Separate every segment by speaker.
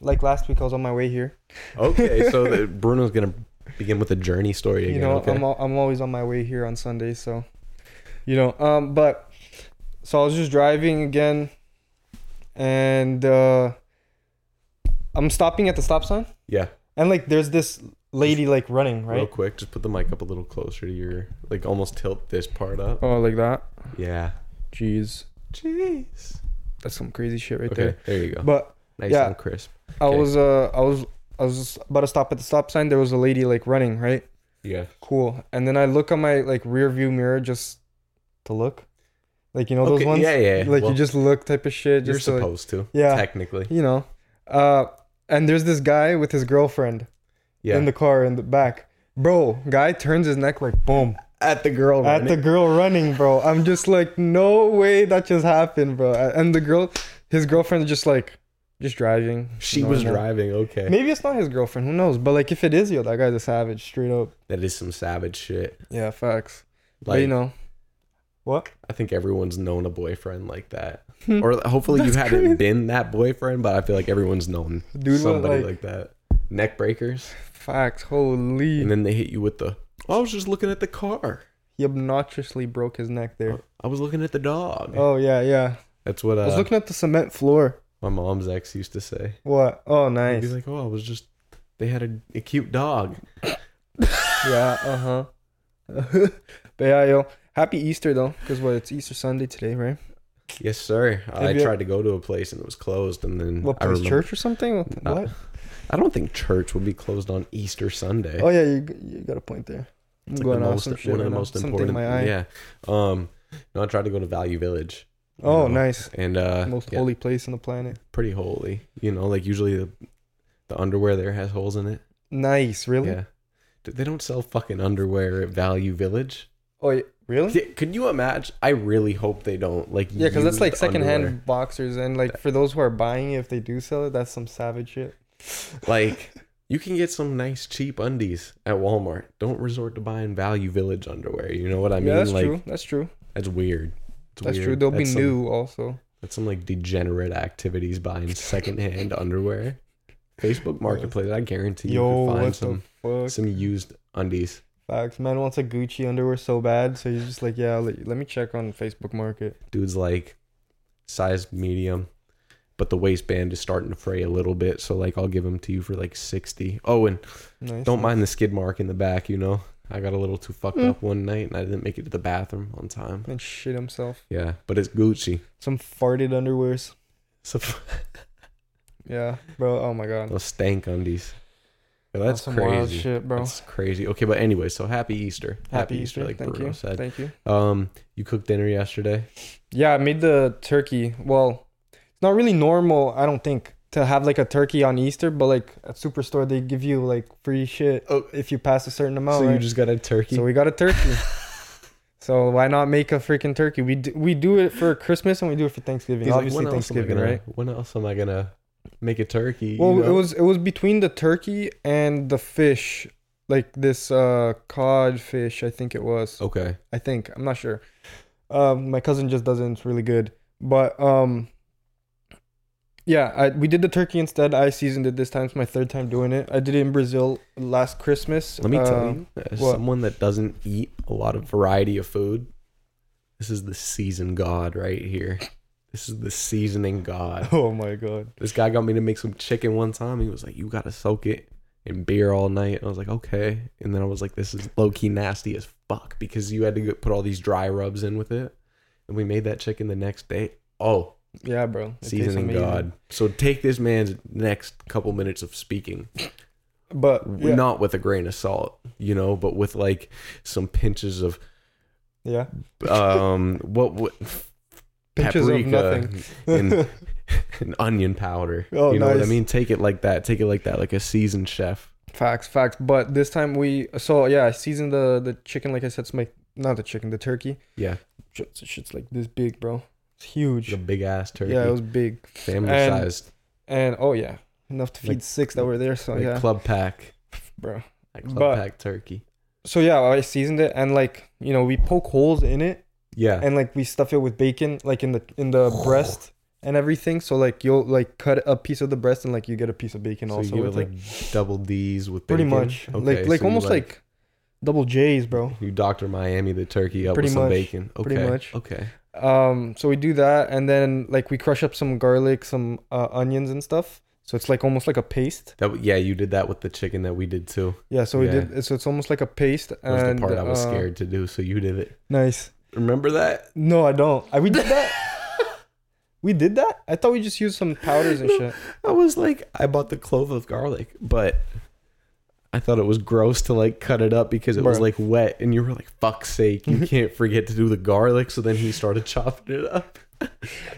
Speaker 1: like last week, I was on my way here.
Speaker 2: Okay, so the, Bruno's gonna begin with a journey story again.
Speaker 1: you know,
Speaker 2: okay.
Speaker 1: I'm al- I'm always on my way here on Sunday, so you know. Um, but so I was just driving again, and uh, I'm stopping at the stop sign,
Speaker 2: yeah,
Speaker 1: and like there's this lady like running
Speaker 2: real
Speaker 1: right.
Speaker 2: quick, just put the mic up a little closer to your, like, almost tilt this part up.
Speaker 1: Oh, like that.
Speaker 2: Yeah.
Speaker 1: Jeez,
Speaker 2: Jeez.
Speaker 1: that's some crazy shit right
Speaker 2: Okay, there. you go.
Speaker 1: But
Speaker 2: nice
Speaker 1: yeah.
Speaker 2: and crisp.
Speaker 1: I
Speaker 2: Okay.
Speaker 1: was uh I was I was about to stop at the stop sign. There was a lady like running, right?
Speaker 2: Yeah.
Speaker 1: Cool. And then I look on my like rear view mirror just to look. Like you know those
Speaker 2: Okay,
Speaker 1: ones?
Speaker 2: yeah, yeah, yeah.
Speaker 1: Like
Speaker 2: Well,
Speaker 1: you just look type of shit.
Speaker 2: You're
Speaker 1: Just to, like,
Speaker 2: supposed to.
Speaker 1: Yeah.
Speaker 2: Technically.
Speaker 1: you know. Uh and there's this guy with his girlfriend
Speaker 2: Yeah.
Speaker 1: in the car in the back. Bro, guy turns his neck like boom.
Speaker 2: at the girl.
Speaker 1: At the girl running, bro. I'm just like, no way that just happened, bro. And the girl his girlfriend's just like just driving.
Speaker 2: she
Speaker 1: No,
Speaker 2: was
Speaker 1: no.
Speaker 2: driving. Okay.
Speaker 1: Maybe it's not his girlfriend. Who knows? But like, if it is, yo, that guy's a savage, straight up.
Speaker 2: That is some savage shit.
Speaker 1: Yeah, facts.
Speaker 2: Like,
Speaker 1: but you know, what?
Speaker 2: I think everyone's known a boyfriend like that.
Speaker 1: Hmm.
Speaker 2: or hopefully you
Speaker 1: That's
Speaker 2: haven't
Speaker 1: crazy.
Speaker 2: been that boyfriend, but I feel like everyone's known
Speaker 1: Dude was
Speaker 2: somebody
Speaker 1: like-
Speaker 2: like, that. Neck breakers.
Speaker 1: Facts. Holy,
Speaker 2: And then they hit you with the, "Oh, I was just looking at the car.
Speaker 1: he obnoxiously broke his neck there.
Speaker 2: I was looking at the dog.
Speaker 1: Oh yeah, yeah.
Speaker 2: That's what
Speaker 1: I was
Speaker 2: uh,
Speaker 1: looking at the cement floor.
Speaker 2: my mom's ex used to say.
Speaker 1: What? Oh,
Speaker 2: He'd be
Speaker 1: nice.
Speaker 2: like, oh, I was just, they had a, a cute dog.
Speaker 1: yeah. Uh huh. but yeah, yo. Happy Easter though, because what? It's Easter Sunday today, right?
Speaker 2: Mm, Yes, sir. I
Speaker 1: Have you-
Speaker 2: tried to go to a place and it was closed. And then
Speaker 1: What
Speaker 2: I
Speaker 1: place?
Speaker 2: remember-
Speaker 1: Church or something? What?
Speaker 2: Nah.
Speaker 1: what?
Speaker 2: I don't think church would be closed on Easter Sunday.
Speaker 1: Oh yeah, you, you got a point there. I'm
Speaker 2: eh. It's like
Speaker 1: going
Speaker 2: the
Speaker 1: off
Speaker 2: most,
Speaker 1: some shit
Speaker 2: one
Speaker 1: right
Speaker 2: of the
Speaker 1: now.
Speaker 2: most
Speaker 1: Something in
Speaker 2: important.
Speaker 1: my eye.
Speaker 2: Yeah. Um, no, I tried to go to Value Village. you
Speaker 1: Oh,
Speaker 2: know,
Speaker 1: nice.
Speaker 2: And uh,
Speaker 1: Most
Speaker 2: yeah,
Speaker 1: holy place on the planet.
Speaker 2: pretty holy. You know, like usually the, the underwear there has holes in it.
Speaker 1: Nice, really?
Speaker 2: Yeah. D- They don't sell fucking underwear at Value Village.
Speaker 1: Oh, yeah. really?
Speaker 2: Yeah, Could you imagine? I really hope they don't. Like,
Speaker 1: Yeah, because that's
Speaker 2: used
Speaker 1: like secondhand
Speaker 2: underwear.
Speaker 1: boxers, and like for those who are buying it, if they do sell it, that's some savage shit.
Speaker 2: Like, you can get some nice cheap undies at Walmart. Don't resort to buying Value Village underwear. You know what I mean?
Speaker 1: yeah, that's
Speaker 2: like,
Speaker 1: true. That's true.
Speaker 2: that's weird. It's
Speaker 1: That's true.
Speaker 2: weird.
Speaker 1: They'll be
Speaker 2: That's some-
Speaker 1: new also.
Speaker 2: That's some like degenerate activities buying secondhand underwear. Facebook Marketplace, I guarantee you
Speaker 1: Yo,
Speaker 2: can
Speaker 1: what
Speaker 2: find some
Speaker 1: the fuck?
Speaker 2: some used undies.
Speaker 1: Facts. Man wants a Gucci underwear so bad, so he's just like, yeah, let, let me check on Facebook Market.
Speaker 2: Dude's like size medium, but the waistband is starting to fray a little bit. So like I'll give them to you for like sixty. Oh, and
Speaker 1: Nice.
Speaker 2: don't mind the skid mark in the back. You know, I got a little too fucked
Speaker 1: Mm.
Speaker 2: up one night and I didn't make it to the bathroom on time.
Speaker 1: And shit himself.
Speaker 2: Yeah, but it's Gucci.
Speaker 1: Some farted underwears.
Speaker 2: So
Speaker 1: Yeah, bro. Oh my god.
Speaker 2: those stank undies. But Oh, that's
Speaker 1: some wild
Speaker 2: crazy.
Speaker 1: shit, bro.
Speaker 2: That's crazy. Okay, but anyway, so happy Easter.
Speaker 1: Happy Easter. Thank
Speaker 2: Bruno
Speaker 1: you.
Speaker 2: said.
Speaker 1: Thank you.
Speaker 2: Um, you cooked dinner yesterday.
Speaker 1: Yeah, I made the turkey. Well, it's not really normal, I don't think, to have like a turkey on Easter, but like at Superstore they give you like free shit
Speaker 2: Oh.
Speaker 1: if you pass a certain amount.
Speaker 2: so you
Speaker 1: right?
Speaker 2: just got a turkey.
Speaker 1: so we got a turkey. so why not make a freaking turkey? We do, we do it for Christmas and we do it for Thanksgiving.
Speaker 2: He's like,
Speaker 1: Obviously
Speaker 2: when else am I
Speaker 1: Thanksgiving,
Speaker 2: gonna-
Speaker 1: right?
Speaker 2: When else am I gonna make a turkey?
Speaker 1: Well,
Speaker 2: you
Speaker 1: it
Speaker 2: know?
Speaker 1: was it was between the turkey and the fish, like this uh cod fish, I think it was.
Speaker 2: okay.
Speaker 1: I think I'm not sure. Um, my cousin just doesn't. It's really good. But um, yeah, I we did the turkey instead. I seasoned it this time. It's my third time doing it. I did it in Brazil last Christmas.
Speaker 2: Let me tell
Speaker 1: Uh,
Speaker 2: you, as
Speaker 1: what?
Speaker 2: someone that doesn't eat a lot of variety of food, this is the season god right here. This is the seasoning god.
Speaker 1: Oh my god!
Speaker 2: This guy got me to make some chicken one time. He was like, "You gotta soak it in beer all night." I was like, "Okay." And then I was like, "This is low key nasty as fuck because you had to go- put all these dry rubs in with it." And we made that chicken the next day. Oh,
Speaker 1: Yeah, bro. It tastes
Speaker 2: seasoning
Speaker 1: amazing.
Speaker 2: god! So take this man's next couple minutes of speaking,
Speaker 1: But
Speaker 2: w-
Speaker 1: yeah,
Speaker 2: not with a grain of salt, you know, but with like some pinches of
Speaker 1: yeah.
Speaker 2: um, what what
Speaker 1: Pinches of
Speaker 2: paprika
Speaker 1: nothing.
Speaker 2: and, and onion powder.
Speaker 1: Oh,
Speaker 2: you know what I
Speaker 1: nice.
Speaker 2: mean? Take it like that. Take it like that, like a seasoned chef.
Speaker 1: Facts, facts. But this time we so yeah, I seasoned the the chicken. Like I said, it's my not the chicken, the turkey.
Speaker 2: Yeah,
Speaker 1: Shit's, shit's like this big, bro. It's huge.
Speaker 2: the big ass turkey,
Speaker 1: Yeah, it was big.
Speaker 2: family
Speaker 1: and-
Speaker 2: sized,
Speaker 1: and oh yeah, enough to feed
Speaker 2: Like-
Speaker 1: six that were there. So
Speaker 2: like
Speaker 1: oh, yeah,
Speaker 2: club pack,
Speaker 1: bro.
Speaker 2: like club
Speaker 1: But-
Speaker 2: pack turkey.
Speaker 1: So yeah, I seasoned it and like you know we poke holes in it
Speaker 2: Yeah,
Speaker 1: and like we stuff it with bacon like in the in the breast and everything. So like you'll like cut a piece of the breast and like you get a piece of bacon
Speaker 2: So
Speaker 1: also.
Speaker 2: you give
Speaker 1: with
Speaker 2: it
Speaker 1: it.
Speaker 2: like double D's with
Speaker 1: pretty
Speaker 2: bacon?
Speaker 1: much
Speaker 2: Okay,
Speaker 1: like like
Speaker 2: so you,
Speaker 1: almost like, double J's, bro.
Speaker 2: you Doctor Miami the turkey up
Speaker 1: Pretty
Speaker 2: with some
Speaker 1: much,
Speaker 2: bacon. Okay,
Speaker 1: pretty much.
Speaker 2: okay.
Speaker 1: Um, so we do that, and then like we crush up some garlic, some uh, onions and stuff. So it's like almost like a paste.
Speaker 2: That w- yeah, you did that with the chicken that we did too.
Speaker 1: Yeah. So we
Speaker 2: Yeah.
Speaker 1: did. So it's almost like a paste.
Speaker 2: That was
Speaker 1: and,
Speaker 2: the part I was
Speaker 1: uh,
Speaker 2: scared to do, so you did it.
Speaker 1: Nice.
Speaker 2: Remember that?
Speaker 1: No, I don't. I, we did that. we did that. I thought we just used some powders and shit.
Speaker 2: I was like, I bought the clove of garlic, but I thought it was gross to like cut it up because it was
Speaker 1: Bruh.
Speaker 2: like wet, and you were like, "Fuck's sake, you can't forget to do the garlic." So then he started chopping it up.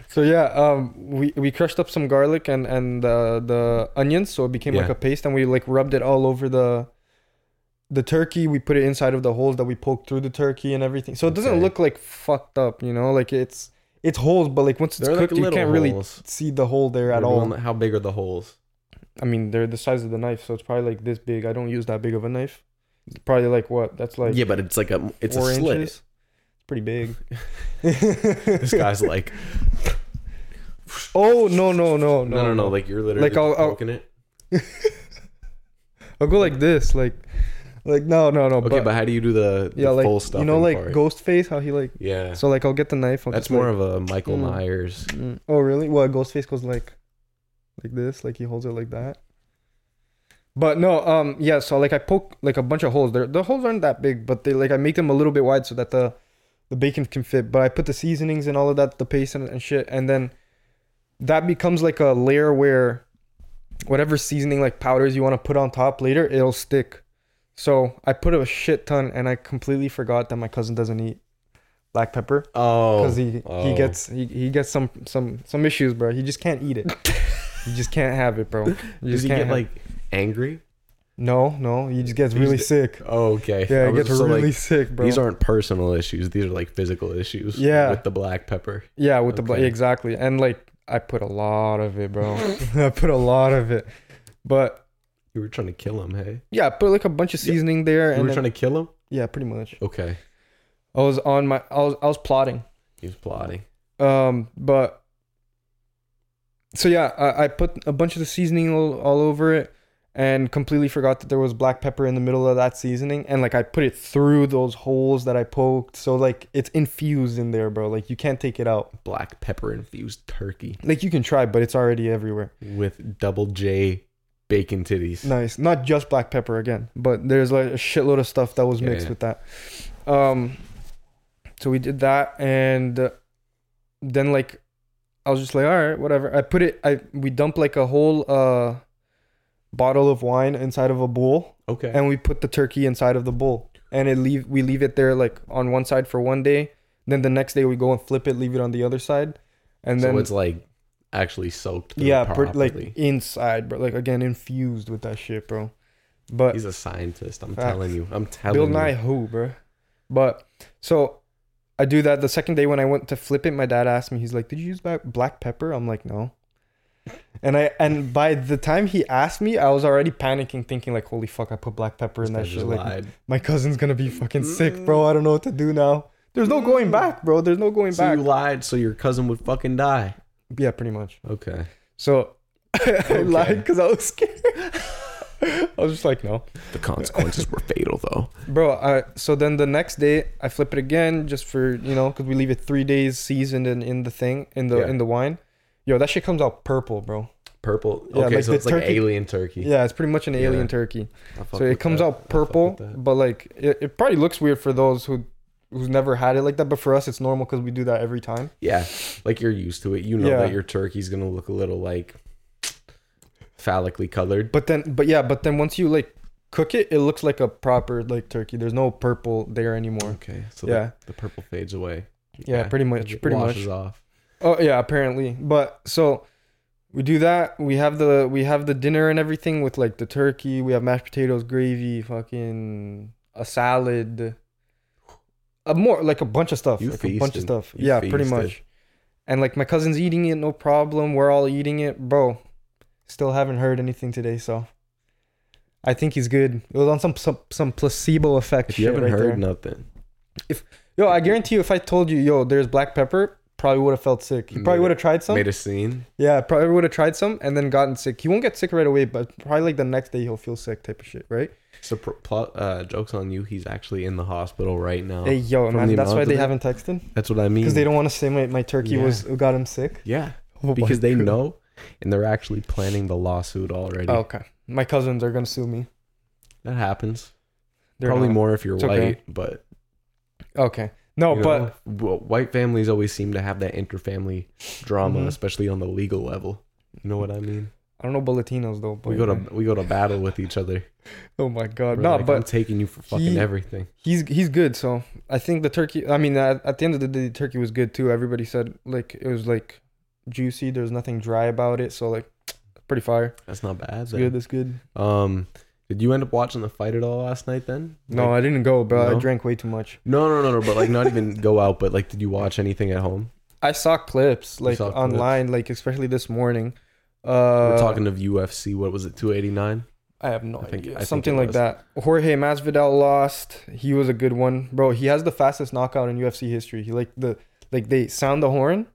Speaker 1: So yeah, um, we we crushed up some garlic and and uh, the onions, so it became like
Speaker 2: Yeah.
Speaker 1: a paste, and we like rubbed it all over the the turkey. We put it inside of the holes that we poked through the turkey and everything, so it doesn't
Speaker 2: Okay.
Speaker 1: look like fucked up, you know, like it's it's holes, but like once it's
Speaker 2: They're like
Speaker 1: cooked, you
Speaker 2: little
Speaker 1: can't really
Speaker 2: holes.
Speaker 1: see the hole there at
Speaker 2: We're
Speaker 1: all.
Speaker 2: doing- How big are the holes?
Speaker 1: I mean, they're the size of the knife, so it's probably like this big. I don't use that big of a knife. It's probably like what? That's like
Speaker 2: yeah, but it's like a it's a
Speaker 1: four
Speaker 2: slit.
Speaker 1: inches. It's pretty big.
Speaker 2: This guy's like,
Speaker 1: oh no no no no
Speaker 2: no, no, no, like you're literally
Speaker 1: Like, I'll- I'll-
Speaker 2: poking it.
Speaker 1: I'll go like this, like, like no, no, no.
Speaker 2: Okay, but, how do you do the, the
Speaker 1: yeah, like
Speaker 2: full stuff?
Speaker 1: you know, like
Speaker 2: part?
Speaker 1: ghost face, how he like.
Speaker 2: yeah,
Speaker 1: So like, I'll get the knife. I'll
Speaker 2: that's
Speaker 1: just, like-
Speaker 2: more of a Michael
Speaker 1: Mm.
Speaker 2: Myers.
Speaker 1: Mm. Oh really? Well, ghost face goes like, like this, like he holds it like that. But no, um, yeah. So like, I poke like a bunch of holes. They're, the holes aren't that big, but they like I make them a little bit wide so that the the bacon can fit. But I put the seasonings and all of that, the paste and, and shit, and then that becomes like a layer where whatever seasoning like powders you want to put on top later, it'll stick. So I put a shit ton, and I completely forgot that my cousin doesn't eat black pepper
Speaker 2: Oh,
Speaker 1: because he he
Speaker 2: oh.
Speaker 1: gets he, he gets some some some issues, bro. He just can't eat it. he just can't have it, bro. You
Speaker 2: Does
Speaker 1: just
Speaker 2: he
Speaker 1: can't
Speaker 2: get
Speaker 1: have-
Speaker 2: like angry?
Speaker 1: no no? He just gets
Speaker 2: He's
Speaker 1: really
Speaker 2: the-
Speaker 1: sick.
Speaker 2: Oh, okay. I
Speaker 1: Yeah, he
Speaker 2: was
Speaker 1: gets
Speaker 2: just
Speaker 1: really
Speaker 2: like,
Speaker 1: sick, bro.
Speaker 2: These aren't personal issues. These are like physical issues.
Speaker 1: Yeah.
Speaker 2: with the black pepper.
Speaker 1: yeah, with the bla
Speaker 2: Okay.
Speaker 1: exactly, and like I put a lot of it, bro. I put a lot of it, but
Speaker 2: You were trying to kill him. Hey,
Speaker 1: yeah, I put like a bunch of
Speaker 2: Yeah.
Speaker 1: seasoning there,
Speaker 2: you were
Speaker 1: and then-
Speaker 2: trying to kill him.
Speaker 1: yeah, pretty much.
Speaker 2: Okay,
Speaker 1: I was on my I was I was plotting.
Speaker 2: he was plotting.
Speaker 1: Um, but so yeah, I, I put a bunch of the seasoning all, all over it and completely forgot that there was black pepper in the middle of that seasoning. And like I put it through those holes that I poked. So like it's infused in there, bro. Like you can't take it out.
Speaker 2: Black pepper infused turkey
Speaker 1: Like you can try, but it's already everywhere.
Speaker 2: with double J bacon titties.
Speaker 1: Nice. Not just black pepper again, but there's like a shitload of stuff that was
Speaker 2: Yeah,
Speaker 1: mixed
Speaker 2: yeah.
Speaker 1: with that. Um, so we did that, and uh, then like I was just like, all right, whatever. I put it. I we dump like a whole uh bottle of wine inside of a bowl,
Speaker 2: Okay,
Speaker 1: and we put the turkey inside of the bowl, and it leave we leave it there like on one side for one day. Then the next day we go and flip it, leave it on the other side, and then
Speaker 2: so it's like actually soaked. through
Speaker 1: yeah, per, like
Speaker 2: properly.
Speaker 1: inside, bro. Like again, infused with that shit, bro. But
Speaker 2: He's a scientist. I'm
Speaker 1: Facts.
Speaker 2: telling you. I'm telling
Speaker 1: Bill
Speaker 2: you.
Speaker 1: Nye who, bro? But so I do that. The second day when I went to flip it, my dad asked me. He's like, "Did you use ba- black pepper?" I'm like, "No." And I and by the time he asked me, I was already panicking, thinking like, "Holy fuck! I put black pepper in
Speaker 2: This guy
Speaker 1: that shit.
Speaker 2: just
Speaker 1: Like,
Speaker 2: lied.
Speaker 1: my cousin's gonna be fucking sick, bro. I don't know what to do now. There's no going back, bro. There's no going
Speaker 2: Mm. So
Speaker 1: back.
Speaker 2: you lied, so your cousin would fucking die.
Speaker 1: yeah, pretty much.
Speaker 2: Okay.
Speaker 1: So I
Speaker 2: Okay.
Speaker 1: lied because I was scared. I was just like, no.
Speaker 2: The consequences were fatal, though.
Speaker 1: bro I, so then the next day i flip it again just for you know because we leave it three days seasoned in, in the thing in the
Speaker 2: Yeah.
Speaker 1: in the wine yo that shit comes out purple bro
Speaker 2: Purple.
Speaker 1: Yeah,
Speaker 2: okay,
Speaker 1: like
Speaker 2: so
Speaker 1: the
Speaker 2: it's like
Speaker 1: turkey-
Speaker 2: alien turkey.
Speaker 1: yeah it's pretty much an alien
Speaker 2: Yeah.
Speaker 1: turkey
Speaker 2: I fuck
Speaker 1: so it
Speaker 2: with
Speaker 1: comes
Speaker 2: that. I
Speaker 1: out
Speaker 2: fuck
Speaker 1: purple
Speaker 2: with that.
Speaker 1: but like it, it probably looks weird for those who who's never had it like that but for us it's normal because we do that every time
Speaker 2: Yeah, like you're used to it. You know
Speaker 1: Yeah.
Speaker 2: that your turkey's gonna look a little like phallically colored.
Speaker 1: but then but yeah but then once you like cook it it looks like a proper like turkey there's no purple there anymore
Speaker 2: Okay, so the-
Speaker 1: yeah
Speaker 2: the, purple fades away.
Speaker 1: yeah pretty much
Speaker 2: It
Speaker 1: pretty much
Speaker 2: washes off.
Speaker 1: Oh yeah, apparently. But so we do that. We have the we have the dinner and everything with like the turkey. We have mashed potatoes, gravy, fucking a salad, a more like a bunch of stuff,
Speaker 2: You
Speaker 1: like a bunch of
Speaker 2: feasted.
Speaker 1: stuff.
Speaker 2: You
Speaker 1: yeah, pretty
Speaker 2: feasted.
Speaker 1: much. And like my cousin's eating it, no problem. We're all eating it, bro. Still haven't heard anything today, so I think he's good. It was on some some, some placebo effect.
Speaker 2: If you
Speaker 1: shit
Speaker 2: haven't
Speaker 1: right
Speaker 2: heard
Speaker 1: there.
Speaker 2: nothing,
Speaker 1: Yo, I guarantee you, if I told you, yo, there's black pepper, probably would have felt sick. He probably
Speaker 2: Made
Speaker 1: would
Speaker 2: it-
Speaker 1: have tried some.
Speaker 2: Made a scene.
Speaker 1: Yeah, probably would have tried some and then gotten sick. He won't get sick right away, but probably like the next day he'll feel sick type of shit, right?
Speaker 2: So pro- plot, uh, jokes on you. He's actually in the hospital right now.
Speaker 1: hey, yo,
Speaker 2: Oh. from
Speaker 1: man,
Speaker 2: the
Speaker 1: that's why
Speaker 2: amount
Speaker 1: they
Speaker 2: of
Speaker 1: haven't texted
Speaker 2: That's what I mean.
Speaker 1: because they don't want to say my, my turkey
Speaker 2: Yeah.
Speaker 1: was got him sick.
Speaker 2: Yeah,
Speaker 1: Oh my
Speaker 2: because they
Speaker 1: God.
Speaker 2: know, and they're actually planning the lawsuit already.
Speaker 1: Oh, okay, my cousins are gonna sue me.
Speaker 2: That happens.
Speaker 1: They're
Speaker 2: Probably
Speaker 1: not-
Speaker 2: more if you're
Speaker 1: It's
Speaker 2: white,
Speaker 1: okay.
Speaker 2: but
Speaker 1: Okay, no,
Speaker 2: you
Speaker 1: but
Speaker 2: know, w- white families always seem to have that interfamily drama,
Speaker 1: Mhm.
Speaker 2: especially on the legal level. You know what I mean?
Speaker 1: I don't know about Latinos though. But
Speaker 2: We go to we go to battle with each other.
Speaker 1: oh my god,
Speaker 2: We're
Speaker 1: no,
Speaker 2: like, I'm
Speaker 1: but
Speaker 2: taking you for fucking
Speaker 1: he-
Speaker 2: everything.
Speaker 1: he's he's good. So I think the turkey. I mean, at, at the end of the day, the turkey was good too. Everybody said like it was like juicy. There's nothing dry about it. So like, pretty fire.
Speaker 2: That's not bad.
Speaker 1: It's
Speaker 2: then.
Speaker 1: good. It's good.
Speaker 2: Um, did you end up watching the fight at all last night? Then
Speaker 1: No,
Speaker 2: Like-
Speaker 1: I didn't go, bro.
Speaker 2: No?
Speaker 1: I drank way too much.
Speaker 2: no, no, no, no. But like, not even go out. But like, did you watch anything at home?
Speaker 1: I saw clips
Speaker 2: You
Speaker 1: like
Speaker 2: saw clips.
Speaker 1: online, like especially this morning. Uh,
Speaker 2: We're talking of UFC. What was it? Two eighty nine.
Speaker 1: I have no
Speaker 2: I think-
Speaker 1: idea.
Speaker 2: I think
Speaker 1: Something
Speaker 2: it
Speaker 1: like
Speaker 2: was.
Speaker 1: that. Jorge Masvidal lost. He was a good one, bro. He has the fastest knockout in UFC history. He like the like they sound the horn,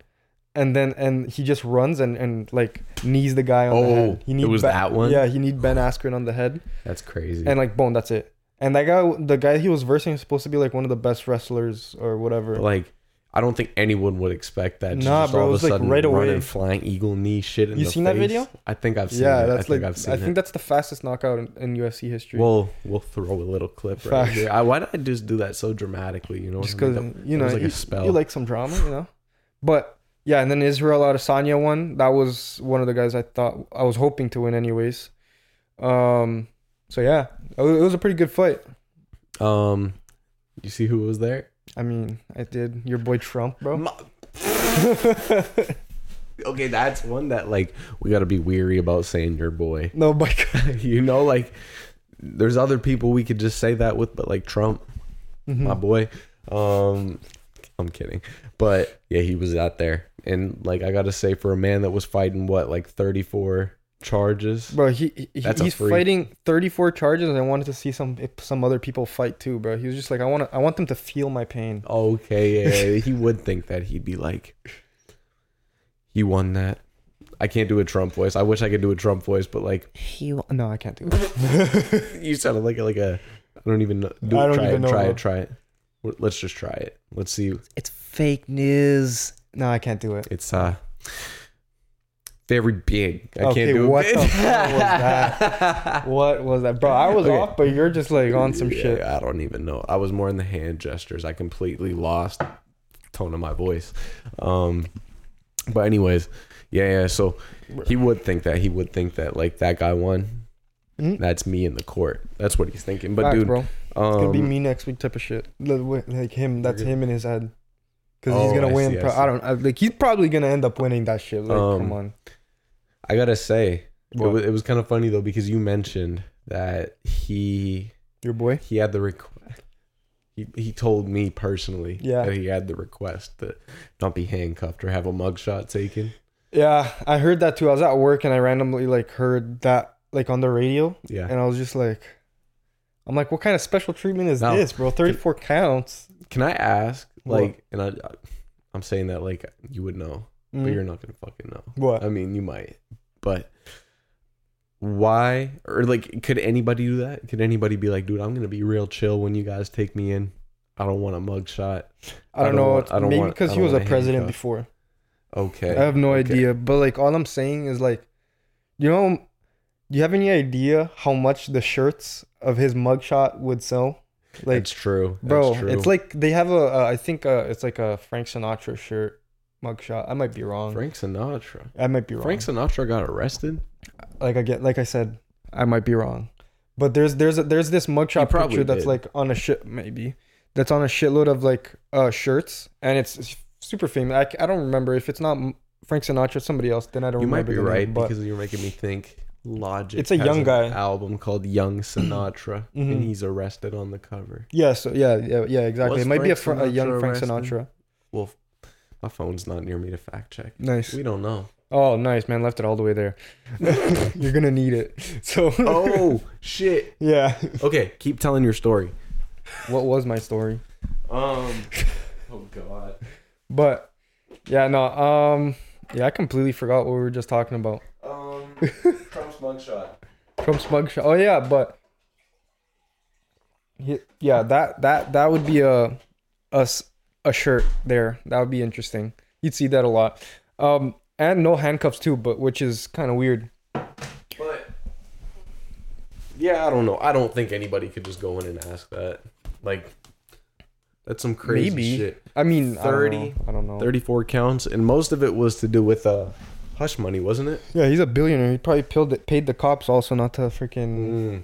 Speaker 1: and then and he just runs and and like knees the guy on the
Speaker 2: Oh,
Speaker 1: head. He
Speaker 2: it
Speaker 1: kneed
Speaker 2: was
Speaker 1: Ben-
Speaker 2: that one?
Speaker 1: Yeah, he need Ben Askren on the head,
Speaker 2: That's crazy.
Speaker 1: and like boom, that's it. And that guy, the guy he was versing, was supposed to be like one of the best wrestlers or whatever.
Speaker 2: But, like I don't think anyone would expect that.
Speaker 1: Nah,
Speaker 2: just
Speaker 1: bro,
Speaker 2: all
Speaker 1: it
Speaker 2: of
Speaker 1: was,
Speaker 2: a
Speaker 1: like,
Speaker 2: sudden
Speaker 1: right
Speaker 2: run
Speaker 1: away.
Speaker 2: and flying eagle knee shit. In
Speaker 1: You
Speaker 2: the
Speaker 1: seen that
Speaker 2: face.
Speaker 1: video?
Speaker 2: I think I've seen.
Speaker 1: yeah,
Speaker 2: it.
Speaker 1: that's
Speaker 2: I think
Speaker 1: like
Speaker 2: I've seen
Speaker 1: I
Speaker 2: it.
Speaker 1: think that's the fastest knockout in, in UFC history.
Speaker 2: We'll we'll throw a little clip right
Speaker 1: Facts.
Speaker 2: here. I, why did I just do that so dramatically? You know,
Speaker 1: just
Speaker 2: what I mean?
Speaker 1: because
Speaker 2: That-
Speaker 1: you know
Speaker 2: was like a
Speaker 1: you,
Speaker 2: spell.
Speaker 1: you like some drama, you know. But yeah, and then Israel Adesanya won. That was one of the guys I thought I was hoping to win, anyways. Um, so yeah, it wa- it was a pretty good fight.
Speaker 2: um, you see who was there?
Speaker 1: I mean, I did your boy Trump, bro.
Speaker 2: Ma- okay, that's one that like we got to be weary about saying your boy.
Speaker 1: no, my God.
Speaker 2: you know, like there's other people we could just say that with, but like Trump, my
Speaker 1: Mhm.
Speaker 2: boy. Um, I'm kidding, but yeah, he was out there, and like I gotta say, for a man that was fighting what like 34 charges,
Speaker 1: bro. He, he
Speaker 2: That's a
Speaker 1: he's
Speaker 2: freak.
Speaker 1: fighting 34 charges, and I wanted to see some some other people fight too, bro. He was just like, I want to, I want them to feel my pain.
Speaker 2: okay, yeah, yeah, he would think that he'd be like, he won that. I can't do a Trump voice. I wish I could do a Trump voice, but like
Speaker 1: He, no, I can't do it.
Speaker 2: you sounded like like a I don't even know. Do it,
Speaker 1: I don't
Speaker 2: try
Speaker 1: even
Speaker 2: it,
Speaker 1: know,
Speaker 2: Try
Speaker 1: bro.
Speaker 2: it. Try it. W- Let's just try it. Let's see.
Speaker 1: It's fake news. No, I can't do it.
Speaker 2: It's uh very big. I
Speaker 1: Okay,
Speaker 2: can't do
Speaker 1: what
Speaker 2: it.
Speaker 1: the fuck was that? What was that, bro? I was
Speaker 2: Okay.
Speaker 1: off, but you're just like on some
Speaker 2: Yeah,
Speaker 1: shit.
Speaker 2: I don't even know. I was more in the hand gestures. I completely lost tone of my voice. Um but anyways, yeah, yeah. So he would think that he would think that like that guy won.
Speaker 1: Mhm.
Speaker 2: That's me in the court. That's what he's thinking. But
Speaker 1: Facts,
Speaker 2: dude,
Speaker 1: bro,
Speaker 2: um,
Speaker 1: it's gonna be me next week type of shit. Like wait, like him, that's
Speaker 2: good.
Speaker 1: him in his head, because
Speaker 2: Oh,
Speaker 1: he's gonna
Speaker 2: I
Speaker 1: win.
Speaker 2: see, I
Speaker 1: pro- I,
Speaker 2: see.
Speaker 1: don't I, like. He's probably gonna end up winning that shit. Like,
Speaker 2: Um,
Speaker 1: come on.
Speaker 2: I gotta say, it
Speaker 1: What?
Speaker 2: was, it was kind of funny though because you mentioned that he
Speaker 1: Your boy.
Speaker 2: he had the request. He, he told me personally
Speaker 1: Yeah.
Speaker 2: that he had the request to not be handcuffed or have a mugshot taken.
Speaker 1: Yeah, I heard that too. I was at work and I randomly like heard that like on the radio,
Speaker 2: Yeah.
Speaker 1: and I was just like, I'm like, what kind of special treatment is
Speaker 2: No.
Speaker 1: this, bro? 34 counts.
Speaker 2: Can I ask,
Speaker 1: What?
Speaker 2: like, and I, I'm saying that like you would know, but
Speaker 1: Mm.
Speaker 2: you're not gonna fucking know.
Speaker 1: Hmm? What?
Speaker 2: I mean, you might, but why or like could anybody do that? Could anybody be like, dude, I'm gonna be real chill when you guys take me in. I don't want a mugshot.
Speaker 1: I don't,
Speaker 2: I don't
Speaker 1: know.
Speaker 2: want-
Speaker 1: it's
Speaker 2: I don't
Speaker 1: maybe
Speaker 2: want-
Speaker 1: because
Speaker 2: I
Speaker 1: he
Speaker 2: don't
Speaker 1: was a
Speaker 2: wanna
Speaker 1: president
Speaker 2: handcuff.
Speaker 1: before.
Speaker 2: Okay.
Speaker 1: I have no
Speaker 2: okay.
Speaker 1: idea. But like all I'm saying is like, you know, do you have any idea how much the shirts of his mugshot would sell? Like,
Speaker 2: That's true.
Speaker 1: bro,
Speaker 2: That's true.
Speaker 1: it's like they have a. Uh, I think uh, it's like a Frank Sinatra shirt mugshot. I might be wrong.
Speaker 2: Frank Sinatra.
Speaker 1: I might be wrong.
Speaker 2: Frank Sinatra got arrested.
Speaker 1: like I get, like I said, I might be wrong. But there's there's a, there's this
Speaker 2: He
Speaker 1: mugshot
Speaker 2: probably
Speaker 1: picture that's
Speaker 2: did.
Speaker 1: like on a shit maybe that's on a shitload of like uh shirts and it's, it's super famous. I, c- I don't remember if it's not M- Frank Sinatra, somebody else. Then I don't.
Speaker 2: You might
Speaker 1: remember
Speaker 2: be
Speaker 1: the name,
Speaker 2: right
Speaker 1: but-
Speaker 2: because you're making me think. Logic.
Speaker 1: It's a
Speaker 2: has
Speaker 1: young
Speaker 2: an
Speaker 1: guy.
Speaker 2: album called Young Sinatra,
Speaker 1: Mhm.
Speaker 2: and he's arrested on the cover.
Speaker 1: Yeah, so yeah, yeah, yeah, exactly.
Speaker 2: Was
Speaker 1: it might be a, fr-
Speaker 2: Frank
Speaker 1: a young
Speaker 2: Sinatra
Speaker 1: Frank
Speaker 2: arrested?
Speaker 1: Sinatra.
Speaker 2: Well, my phone's not near me to fact check.
Speaker 1: Nice.
Speaker 2: We don't know.
Speaker 1: Oh, nice, man. Left it all the way there. You're gonna need it. So
Speaker 2: Oh shit.
Speaker 1: yeah.
Speaker 2: Okay, keep telling your story.
Speaker 1: What was my story?
Speaker 2: Um. Oh god.
Speaker 1: But Yeah, no. Um, yeah, I completely forgot what we were just talking about.
Speaker 2: Um, Trump's mugshot.
Speaker 1: Trump's mugshot. Oh yeah, but Ye- yeah, that that that would be a us a shirt there. That would be interesting. You'd see that a lot. Um, and no handcuffs too, but which is kind of weird.
Speaker 2: But yeah, I don't know. I don't think anybody could just go in and ask that. Like that's some crazy
Speaker 1: Maybe.
Speaker 2: shit.
Speaker 1: I mean,
Speaker 2: 30,
Speaker 1: I don't know. I don't know.
Speaker 2: 34 counts and most of it was to do with uh hush money, wasn't it?
Speaker 1: Yeah, he's a billionaire. He probably pilled it, paid the cops also not to freaking
Speaker 2: Mm.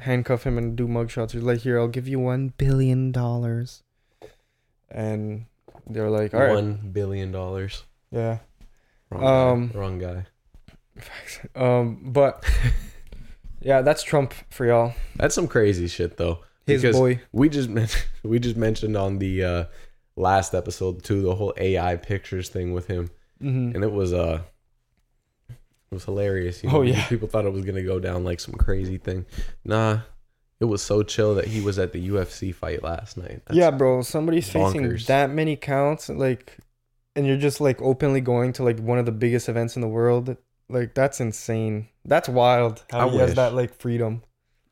Speaker 1: handcuff him and do mugshots. He's like, here, I'll give you one billion dollars. And they're like, all right,
Speaker 2: One billion dollars.
Speaker 1: yeah.
Speaker 2: Wrong, guy.
Speaker 1: Um,
Speaker 2: Wrong guy.
Speaker 1: Um, but yeah, that's Trump for y'all.
Speaker 2: That's some crazy shit though.
Speaker 1: His
Speaker 2: Because
Speaker 1: boy.
Speaker 2: we just men- we just mentioned on the uh last episode too the whole AI pictures thing with him.
Speaker 1: Mm-hmm.
Speaker 2: and it was uh it was hilarious. You
Speaker 1: Oh,
Speaker 2: because
Speaker 1: yeah.
Speaker 2: people thought it was gonna go down like some crazy thing. Nah, it was so chill that he was at the UFC fight last night. That's-
Speaker 1: Yeah, bro. Somebody's facing
Speaker 2: bonkers.
Speaker 1: that many counts, like, and you're just like openly going to like one of the biggest events in the world. Like, that's insane. That's wild. How
Speaker 2: I
Speaker 1: he has
Speaker 2: wish.
Speaker 1: that like freedom.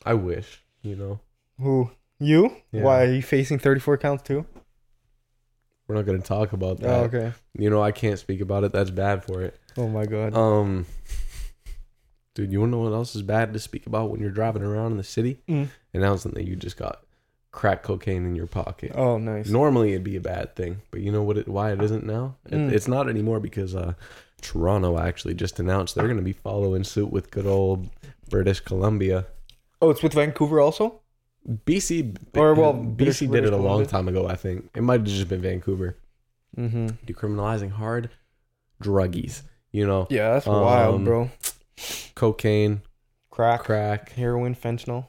Speaker 2: I wish you know
Speaker 1: Who you?
Speaker 2: Yeah.
Speaker 1: Why are you facing 34 counts too?
Speaker 2: we're not gonna talk about that.
Speaker 1: Oh, okay.
Speaker 2: You know I can't speak about it. That's bad for it.
Speaker 1: Oh my god.
Speaker 2: Um, dude, you wanna know what else is bad to speak about when you're driving around in the city
Speaker 1: Mm.
Speaker 2: announcing that you just got crack cocaine in your pocket.
Speaker 1: Oh, nice.
Speaker 2: Normally it'd be a bad thing, but you know what? It, why it isn't now? It,
Speaker 1: Mm.
Speaker 2: It's not anymore because uh, Toronto actually just announced they're going to be following suit with good old British Columbia.
Speaker 1: Oh, it's with Vancouver also.
Speaker 2: BC,
Speaker 1: Or, well, British-
Speaker 2: BC did
Speaker 1: British
Speaker 2: it a long
Speaker 1: Columbia.
Speaker 2: time ago. I think it might have just been Vancouver
Speaker 1: Mm-hmm.
Speaker 2: decriminalizing hard druggies. You know,
Speaker 1: Yeah, that's wild,
Speaker 2: Um,
Speaker 1: bro.
Speaker 2: cocaine,
Speaker 1: Crack,
Speaker 2: crack.
Speaker 1: heroin, fentanyl.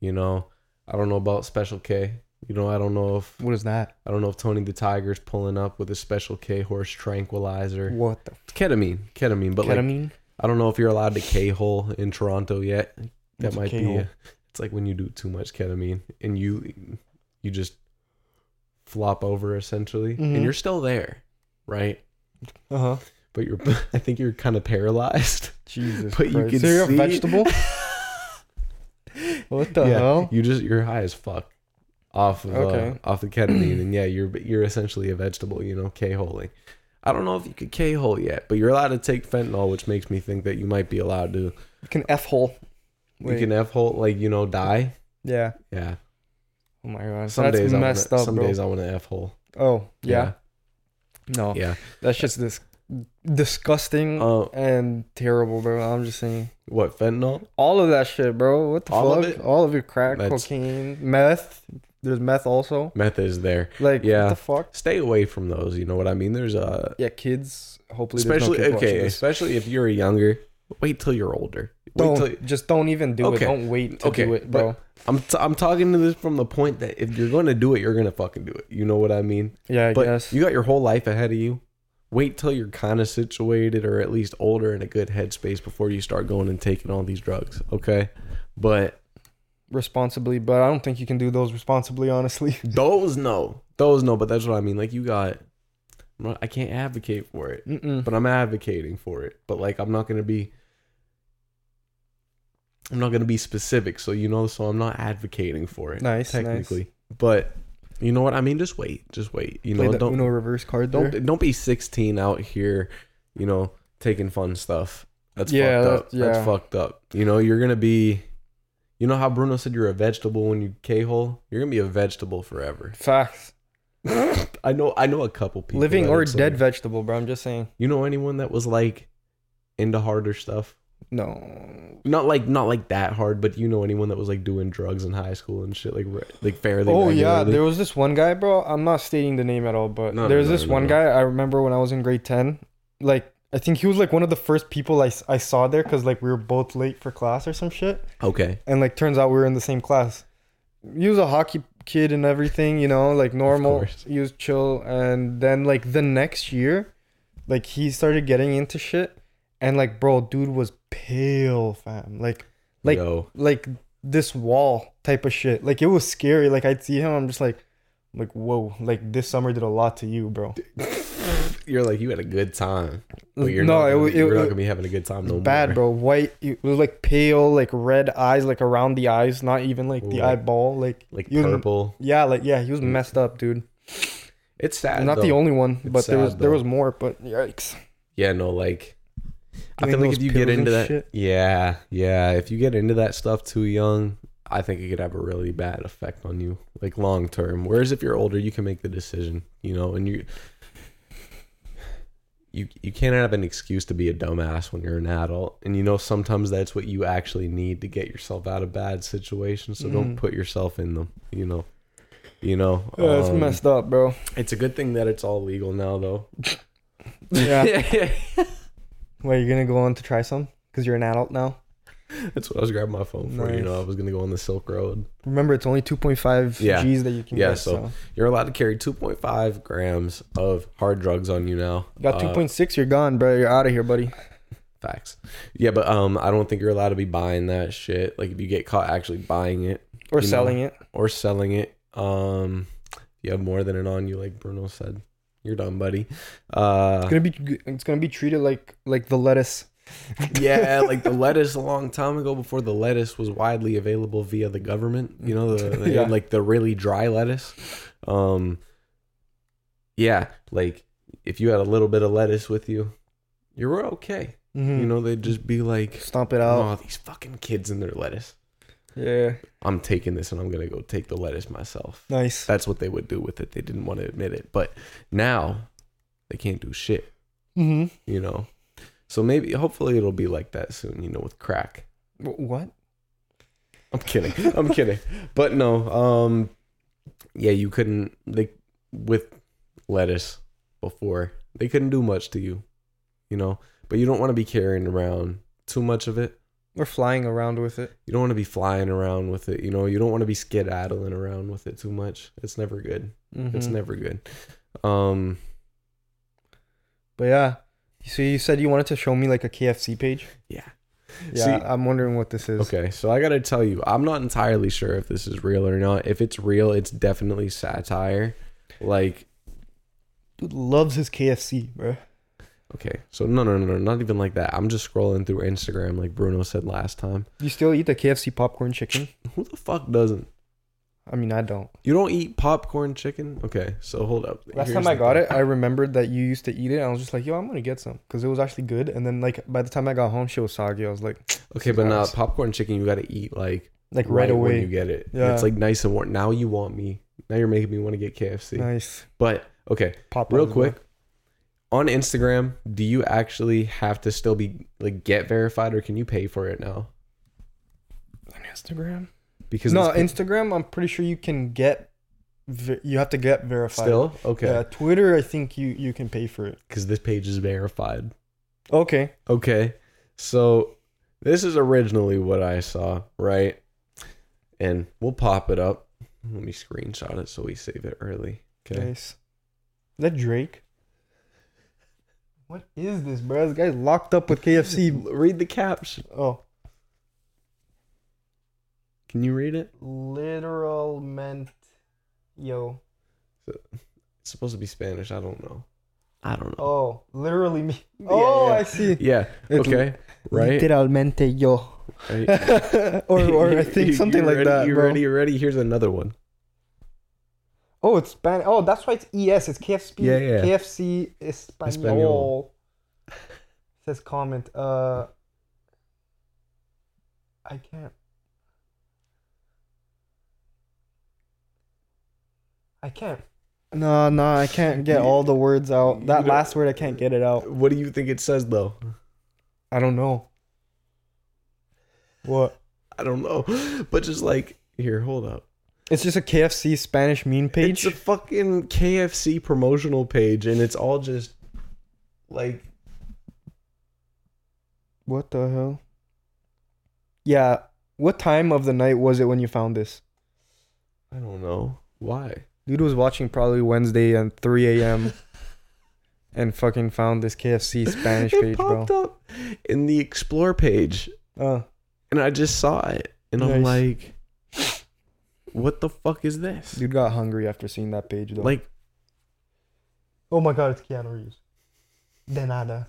Speaker 2: You know, I don't know about Special K. You know, I don't know if
Speaker 1: What is that?
Speaker 2: I don't know if Tony the Tiger's pulling up with a Special K horse tranquilizer.
Speaker 1: What the
Speaker 2: Ketamine, ketamine, but like
Speaker 1: ketamine?
Speaker 2: I don't know if you're allowed to K hole in Toronto yet. That
Speaker 1: What's a
Speaker 2: might be.
Speaker 1: K-hole?
Speaker 2: it's like when you do too much ketamine and you you just flop over essentially,
Speaker 1: Mhm.
Speaker 2: and you're still there, right?
Speaker 1: Uh huh.
Speaker 2: But you're I think you're kind of paralyzed.
Speaker 1: Jesus.
Speaker 2: But you
Speaker 1: Christ.
Speaker 2: can
Speaker 1: So you're a
Speaker 2: see-
Speaker 1: vegetable. what the hell?
Speaker 2: you just you're high as fuck off of uh,
Speaker 1: Okay.
Speaker 2: off of ketamine, and yeah, you're you're essentially a vegetable. You know, K holing. I don't know if you could K hole yet, but you're allowed to take fentanyl, which makes me think that you might be allowed to.
Speaker 1: You can f hole.
Speaker 2: You can F hole like you know die.
Speaker 1: Yeah.
Speaker 2: Yeah.
Speaker 1: Oh my god.
Speaker 2: Some
Speaker 1: That's
Speaker 2: days
Speaker 1: messed
Speaker 2: I wanna,
Speaker 1: up,
Speaker 2: Some
Speaker 1: bro.
Speaker 2: days I want to f hole.
Speaker 1: oh yeah. No,
Speaker 2: yeah.
Speaker 1: that's just this disgusting
Speaker 2: Uh,
Speaker 1: and terrible, bro. I'm just saying.
Speaker 2: what fentanyl?
Speaker 1: All of that shit, bro. What the
Speaker 2: All
Speaker 1: fuck?
Speaker 2: of it?
Speaker 1: All of your crack,
Speaker 2: That's-
Speaker 1: cocaine, meth. There's meth also.
Speaker 2: Meth is there.
Speaker 1: Like
Speaker 2: Yeah.
Speaker 1: what the fuck?
Speaker 2: Stay away from those. You know what I mean? There's a
Speaker 1: Yeah, kids. Hopefully, there's
Speaker 2: especially
Speaker 1: no kids watching
Speaker 2: okay,
Speaker 1: this.
Speaker 2: especially if you're younger. Wait till you're older. Wait
Speaker 1: Don't
Speaker 2: till
Speaker 1: just don't even do
Speaker 2: Okay.
Speaker 1: it. Don't wait to
Speaker 2: Okay,
Speaker 1: do it,
Speaker 2: but-
Speaker 1: bro.
Speaker 2: I'm t- I'm talking to this from the point that if you're going to do it, you're going to fucking do it. You know what I mean?
Speaker 1: yeah, I
Speaker 2: but
Speaker 1: guess.
Speaker 2: you got your whole life ahead of you. Wait till you're kind of situated or at least older in a good headspace before you start going and taking all these drugs. Okay, but
Speaker 1: responsibly, but I don't think you can do those responsibly, honestly.
Speaker 2: Those no, those no. But that's what I mean. Like you got, I'm not- I can't advocate for it,
Speaker 1: Mm-mm.
Speaker 2: but I'm advocating for it. But like I'm not gonna be, I'm not gonna be specific. So you know, so I'm not advocating for it.
Speaker 1: uh, Nice, nice.
Speaker 2: technically, but you know what I mean. Just wait, just wait. You
Speaker 1: Play
Speaker 2: know,
Speaker 1: the
Speaker 2: don't
Speaker 1: Uno reverse card there.
Speaker 2: don't don't be 16 out here, you know, taking fun stuff. That's
Speaker 1: Yeah,
Speaker 2: fucked up.
Speaker 1: that's-
Speaker 2: That's
Speaker 1: yeah.
Speaker 2: fucked up. You know, you're gonna be. You know how Bruno said you're a vegetable when you K hole? You're gonna be a vegetable forever.
Speaker 1: Facts.
Speaker 2: I know I know a couple people.
Speaker 1: Living
Speaker 2: that
Speaker 1: or
Speaker 2: it's
Speaker 1: dead
Speaker 2: like-
Speaker 1: vegetable, bro. I'm just saying.
Speaker 2: you know anyone that was like into harder stuff?
Speaker 1: No.
Speaker 2: Not like not like that hard, but you know anyone that was like doing drugs in high school and shit like re- like fairly.
Speaker 1: Oh yeah,
Speaker 2: regularly?
Speaker 1: there was this one guy, bro. I'm not stating the name at all, but
Speaker 2: No, no,
Speaker 1: there was
Speaker 2: no,
Speaker 1: this
Speaker 2: no,
Speaker 1: one
Speaker 2: no.
Speaker 1: guy I remember when I was in grade 10. Like I think he was like one of the first people I, s- I saw there cuz like we were both late for class or some shit.
Speaker 2: okay.
Speaker 1: And like turns out we were in the same class. He was a hockey kid and everything, you know, like normal.
Speaker 2: course.
Speaker 1: He was chill and then like the next year like he started getting into shit and like bro, dude was pale, fam. Like Like-
Speaker 2: Yo,
Speaker 1: like this wall type of shit. Like it was scary. Like I'd see him, I'm just like, like whoa. Like this summer did a lot to you, bro.
Speaker 2: you're like you had a good time. But you're
Speaker 1: No,
Speaker 2: not
Speaker 1: it
Speaker 2: gonna,
Speaker 1: wa-
Speaker 2: be-
Speaker 1: it
Speaker 2: you're not
Speaker 1: wa-
Speaker 2: gonna be having a good time
Speaker 1: It's
Speaker 2: no
Speaker 1: bad,
Speaker 2: more.
Speaker 1: bro. White, it was like pale, like red eyes, like around the eyes, not even like the
Speaker 2: Ooh.
Speaker 1: eyeball, like
Speaker 2: Like
Speaker 1: he was-
Speaker 2: purple.
Speaker 1: Yeah, like yeah, he was messed up, dude.
Speaker 2: It's sad.
Speaker 1: Not the
Speaker 2: though.
Speaker 1: only one,
Speaker 2: It's
Speaker 1: but there was
Speaker 2: sad,
Speaker 1: there
Speaker 2: though.
Speaker 1: was more. But yikes,
Speaker 2: Yeah, no, like I
Speaker 1: Doing
Speaker 2: feel like
Speaker 1: those
Speaker 2: if you get
Speaker 1: pills and
Speaker 2: into that,
Speaker 1: shit.
Speaker 2: yeah, yeah, if you get into that stuff too young, I think it could have a really bad effect on you, like long term. Whereas if you're older, you can make the decision, you know, and you you you can't have an excuse to be a dumbass when you're an adult, and you know sometimes that's what you actually need to get yourself out of bad situations. So don't
Speaker 1: Mhm.
Speaker 2: put yourself in them, you know. You know,
Speaker 1: yeah, it's
Speaker 2: um,
Speaker 1: messed up, bro.
Speaker 2: it's a good thing that it's all legal now, though.
Speaker 1: Yeah, wait, you're gonna go on to try some because you're an adult now.
Speaker 2: That's what I was grabbing my phone for. You know, I
Speaker 1: Nice.
Speaker 2: was gonna go on the Silk Road.
Speaker 1: Remember, it's only 2.5
Speaker 2: Yeah.
Speaker 1: G's that you can
Speaker 2: Yeah,
Speaker 1: get.
Speaker 2: so-
Speaker 1: So,
Speaker 2: You're allowed to carry 2.5 grams of hard drugs on you now.
Speaker 1: You got
Speaker 2: Uh,
Speaker 1: 2.6, you're gone, bro. You're out of here, buddy.
Speaker 2: facts. Yeah, but um, I don't think you're allowed to be buying that shit. Like if you get caught actually buying it
Speaker 1: Or
Speaker 2: You know.
Speaker 1: selling it.
Speaker 2: or selling it, um, if you have more than it on you, like Bruno said. You're done, buddy. Uh,
Speaker 1: It's gonna be it's gonna be treated like like the lettuce.
Speaker 2: yeah, like the lettuce a long time ago before the lettuce was widely available via the government. You know, the, they
Speaker 1: Yeah.
Speaker 2: had, like the really dry lettuce. Um, yeah, like if you had a little bit of lettuce with you, you were okay.
Speaker 1: Mhm.
Speaker 2: You know, they'd just be like,
Speaker 1: stomp it out.
Speaker 2: "Oh, these fucking kids and their lettuce.
Speaker 1: Yeah,
Speaker 2: I'm taking this and I'm gonna go take the lettuce myself."
Speaker 1: nice.
Speaker 2: That's what they would do with it. They didn't want to admit it, but now they can't do shit
Speaker 1: Mm-hmm.
Speaker 2: you know. So maybe, hopefully, it'll be like that soon, you know, with crack.
Speaker 1: What?
Speaker 2: I'm kidding. I'm kidding. But no, um, yeah, you couldn't they with lettuce before they couldn't do much to you, you know. But you don't want to be carrying around too much of it.
Speaker 1: We're flying around with it.
Speaker 2: You don't want to be flying around with it, you know. You don't want to be skedaddling around with it too much. It's never good. It's
Speaker 1: Mhm.
Speaker 2: never good. Um,
Speaker 1: But yeah, so you said you wanted to show me like a KFC page.
Speaker 2: yeah.
Speaker 1: Yeah,
Speaker 2: See-
Speaker 1: I'm wondering what this is.
Speaker 2: Okay, so I gotta tell you, I'm not entirely sure if this is real or not. If it's real, it's definitely satire. Like,
Speaker 1: Dude loves his KFC, bro.
Speaker 2: okay, so no, no, no, no, not even like that. I'm just scrolling through Instagram, like Bruno said last time.
Speaker 1: You still eat the KFC popcorn chicken?
Speaker 2: Who the fuck doesn't?
Speaker 1: I mean, I don't.
Speaker 2: You don't eat popcorn chicken? Okay, so hold up.
Speaker 1: Last
Speaker 2: Here's
Speaker 1: time I
Speaker 2: the
Speaker 1: got
Speaker 2: thing.
Speaker 1: it, I remembered that you used to eat it. And I was just like, yo, I'm gonna get some because it was actually good. And then like by the time I got home, she was soggy. I was like,
Speaker 2: Okay, but now
Speaker 1: Nice.
Speaker 2: popcorn chicken, you gotta eat like
Speaker 1: like right, away.
Speaker 2: when you get it.
Speaker 1: Yeah.
Speaker 2: it's like nice and warm. Now you want me. Now you're making me want to get KFC.
Speaker 1: nice.
Speaker 2: But okay,
Speaker 1: Pop
Speaker 2: real quick on instagram do you actually have to still be like get verified or can you pay for it now
Speaker 1: on Instagram.
Speaker 2: because
Speaker 1: No,
Speaker 2: it's
Speaker 1: Instagram. I'm pretty sure you can get. Ver- you have to get verified.
Speaker 2: still okay
Speaker 1: Yeah, Twitter. I think you you can pay for it.
Speaker 2: because this page is verified
Speaker 1: Okay.
Speaker 2: okay so this is originally what i saw right and we'll pop it up let me screenshot it so we save it early okay
Speaker 1: Nice. Is that Drake? What is this, bro? This guy's locked up with KFC.
Speaker 2: read the caption
Speaker 1: Oh,
Speaker 2: can you read it
Speaker 1: literal meant, yo.
Speaker 2: it's supposed to be spanish i don't know i don't know
Speaker 1: Oh, literally me. Oh,
Speaker 2: yeah.
Speaker 1: I see.
Speaker 2: yeah
Speaker 1: It's
Speaker 2: okay right
Speaker 1: Literalmente yo.
Speaker 2: right
Speaker 1: or, or I think
Speaker 2: You-
Speaker 1: something
Speaker 2: you
Speaker 1: like
Speaker 2: ready-
Speaker 1: that,
Speaker 2: You
Speaker 1: bro.
Speaker 2: ready? You ready? Here's another one.
Speaker 1: Oh, it's Spanish. Oh, that's why it's ES. It's KFC.
Speaker 2: Yeah, yeah.
Speaker 1: KFC Espanol.
Speaker 2: Espanol.
Speaker 1: Says comment. Uh, I can't. I can't. No, no, I can't get all the words out. That
Speaker 2: You-
Speaker 1: last word, I can't get it out.
Speaker 2: What do you think it says though?
Speaker 1: I don't know. What?
Speaker 2: I don't know, but just like here, hold up.
Speaker 1: It's just a KFC Spanish meme
Speaker 2: It's
Speaker 1: page.
Speaker 2: a fucking KFC promotional page, and it's all just like
Speaker 1: What the hell? Yeah. What time of the night was it when you found this?
Speaker 2: I don't know why.
Speaker 1: Dude was watching probably Wednesday at 3 a.m. and fucking found this KFC Spanish
Speaker 2: it
Speaker 1: page, bro.
Speaker 2: popped up in the explore page,
Speaker 1: Uh,
Speaker 2: and I just saw it, and I'm like, what the fuck is this?
Speaker 1: dude got hungry after seeing that page, though.
Speaker 2: Like,
Speaker 1: oh my god, it's Keanu Reeves. De nada.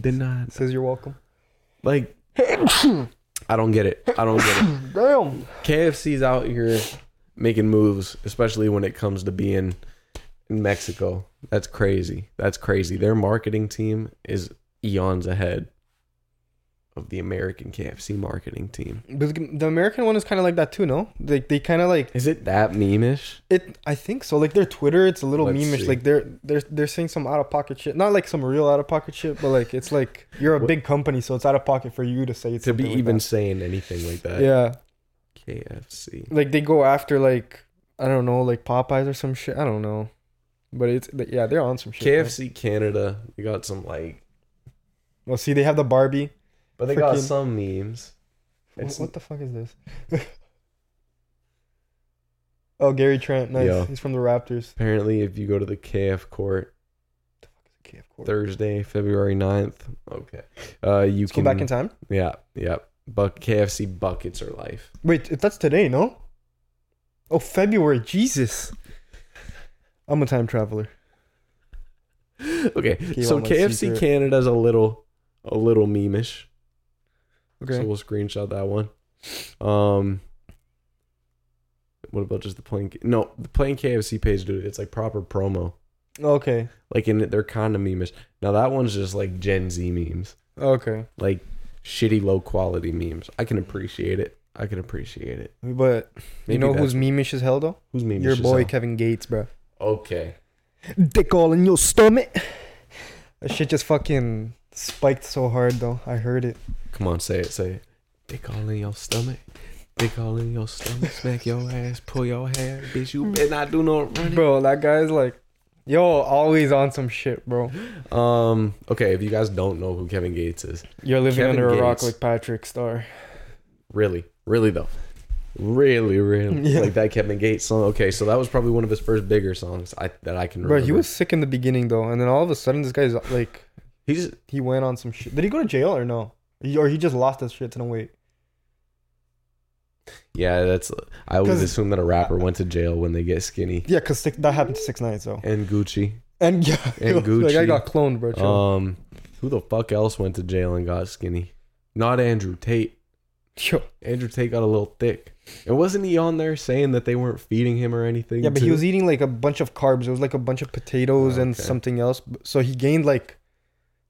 Speaker 2: Did not
Speaker 1: Says you're welcome.
Speaker 2: like. I don't get it. I don't get it.
Speaker 1: Damn.
Speaker 2: KFC's out here making moves, especially when it comes to being in Mexico. That's crazy. That's crazy. Their marketing team is eons ahead of the American KFC marketing team.
Speaker 1: But the American one is kind of like that too, no? Like they kind of like
Speaker 2: Is it that memeish?
Speaker 1: it. I think so. Like their Twitter, it's a little
Speaker 2: Let's
Speaker 1: memeish.
Speaker 2: see.
Speaker 1: Like they're they're they're saying some out of pocket shit. Not like some real out of pocket shit, but like it's like you're a
Speaker 2: What-
Speaker 1: big company, so it's out of pocket for you to say
Speaker 2: To be
Speaker 1: something like
Speaker 2: even
Speaker 1: that.
Speaker 2: saying anything like that.
Speaker 1: Yeah,
Speaker 2: KFC.
Speaker 1: like they go after like I don't know, like Popeyes or some shit. I don't know, but it's yeah, they're on some shit. man.
Speaker 2: KFC Canada. They got some like
Speaker 1: Well, see, they have the Barbie.
Speaker 2: but they got
Speaker 1: Freaking-
Speaker 2: some memes.
Speaker 1: Wha-
Speaker 2: It's-
Speaker 1: what the fuck is this? oh, Gary Trent, nice.
Speaker 2: Yo.
Speaker 1: He's from the Raptors.
Speaker 2: Apparently if you go to the KF court
Speaker 1: Okay, of course.
Speaker 2: Thursday, February 9th. Okay. Uh, you
Speaker 1: Let's go
Speaker 2: can
Speaker 1: back in time.
Speaker 2: Yeah, yeah. Buck KFC buckets are life.
Speaker 1: Wait, that's today, no? Oh, February. Jesus. I'm a time traveler.
Speaker 2: Okay,
Speaker 1: Gave
Speaker 2: so
Speaker 1: out my
Speaker 2: KFC
Speaker 1: secret.
Speaker 2: Canada's a little, a little memeish.
Speaker 1: Okay.
Speaker 2: So we'll screenshot that one. Um, what about just the plain? No, the plain KFC page, dude. It's like proper promo.
Speaker 1: okay.
Speaker 2: Like in it, they're kind of memeish. Now that one's just like Gen Z memes,
Speaker 1: Okay.
Speaker 2: like shitty low quality memes. I can appreciate it. I can appreciate it.
Speaker 1: But
Speaker 2: Maybe
Speaker 1: you know
Speaker 2: that's-
Speaker 1: who's memeish as hell, though?
Speaker 2: who's memeish?
Speaker 1: Your
Speaker 2: as
Speaker 1: boy,
Speaker 2: hell?
Speaker 1: Kevin Gates, bro.
Speaker 2: Okay.
Speaker 1: Dick all in your stomach. That shit just fucking spiked so hard, though. I heard it.
Speaker 2: Come on, say it, say it. Dick all in your stomach. Dick all in your stomach. Smack your ass. Pull your hair. Bitch, you better not do no running.
Speaker 1: Bro, that guy's like, yo, always on some shit, bro.
Speaker 2: Um, okay, if you guys don't know who Kevin Gates is,
Speaker 1: You're living
Speaker 2: Kevin
Speaker 1: under a rock
Speaker 2: Gates.
Speaker 1: like Patrick Star.
Speaker 2: really, really though. Really, really.
Speaker 1: Yeah.
Speaker 2: Like that Kevin Gates song. Okay, so that was probably one of his first bigger songs I, that I can remember.
Speaker 1: Bro, he was sick in the beginning though, and then all of a sudden this guy's like
Speaker 2: he's
Speaker 1: he went on some shit. Did he go to jail or no? He- Or he just lost his shit to no wait.
Speaker 2: yeah, that's I always
Speaker 1: 'Cause-
Speaker 2: assume that a rapper went to jail when they get skinny.
Speaker 1: Yeah, cause six, that happened to six nines though.
Speaker 2: And Gucci.
Speaker 1: And yeah, Uh,
Speaker 2: And
Speaker 1: like I
Speaker 2: Gucci.
Speaker 1: got cloned, bro. chill.
Speaker 2: Um who the fuck else went to jail and got skinny? Not Andrew Tate.
Speaker 1: Yo.
Speaker 2: Andrew Tate got a little thick. And wasn't he on there saying that they weren't feeding him or anything?
Speaker 1: Yeah, but he
Speaker 2: too?
Speaker 1: was eating like a bunch of carbs. It was like a bunch of potatoes and
Speaker 2: Okay.
Speaker 1: something else. b- So he gained like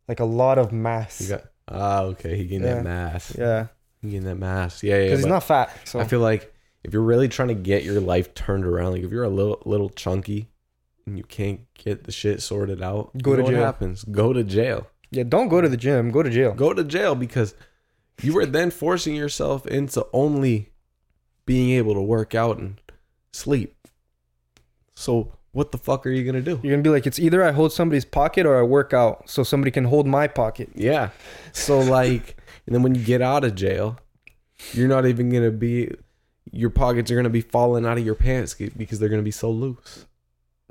Speaker 1: like a lot of mass.
Speaker 2: He got, ah, okay. He gained
Speaker 1: Yeah.
Speaker 2: that mass. Yeah.
Speaker 1: yeah,
Speaker 2: He gained that mass. Yeah, yeah.
Speaker 1: because he's
Speaker 2: but
Speaker 1: not fat. So
Speaker 2: I feel like if you're really trying to get your life turned around, like if you're a little little chunky and you can't get the shit sorted out,
Speaker 1: Go to
Speaker 2: you know what
Speaker 1: jail.
Speaker 2: happens? Go to jail.
Speaker 1: yeah, don't go to the gym. Go to jail.
Speaker 2: Go to jail because you were then forcing yourself into only being able to work out and sleep. So what the fuck are you gonna do?
Speaker 1: You're gonna be like, it's either I hold somebody's pocket or I work out, so somebody can hold my pocket.
Speaker 2: Yeah. So like, and then when you get out of jail, you're not even gonna be, your pockets are gonna be falling out of your pants c- because they're gonna be so loose.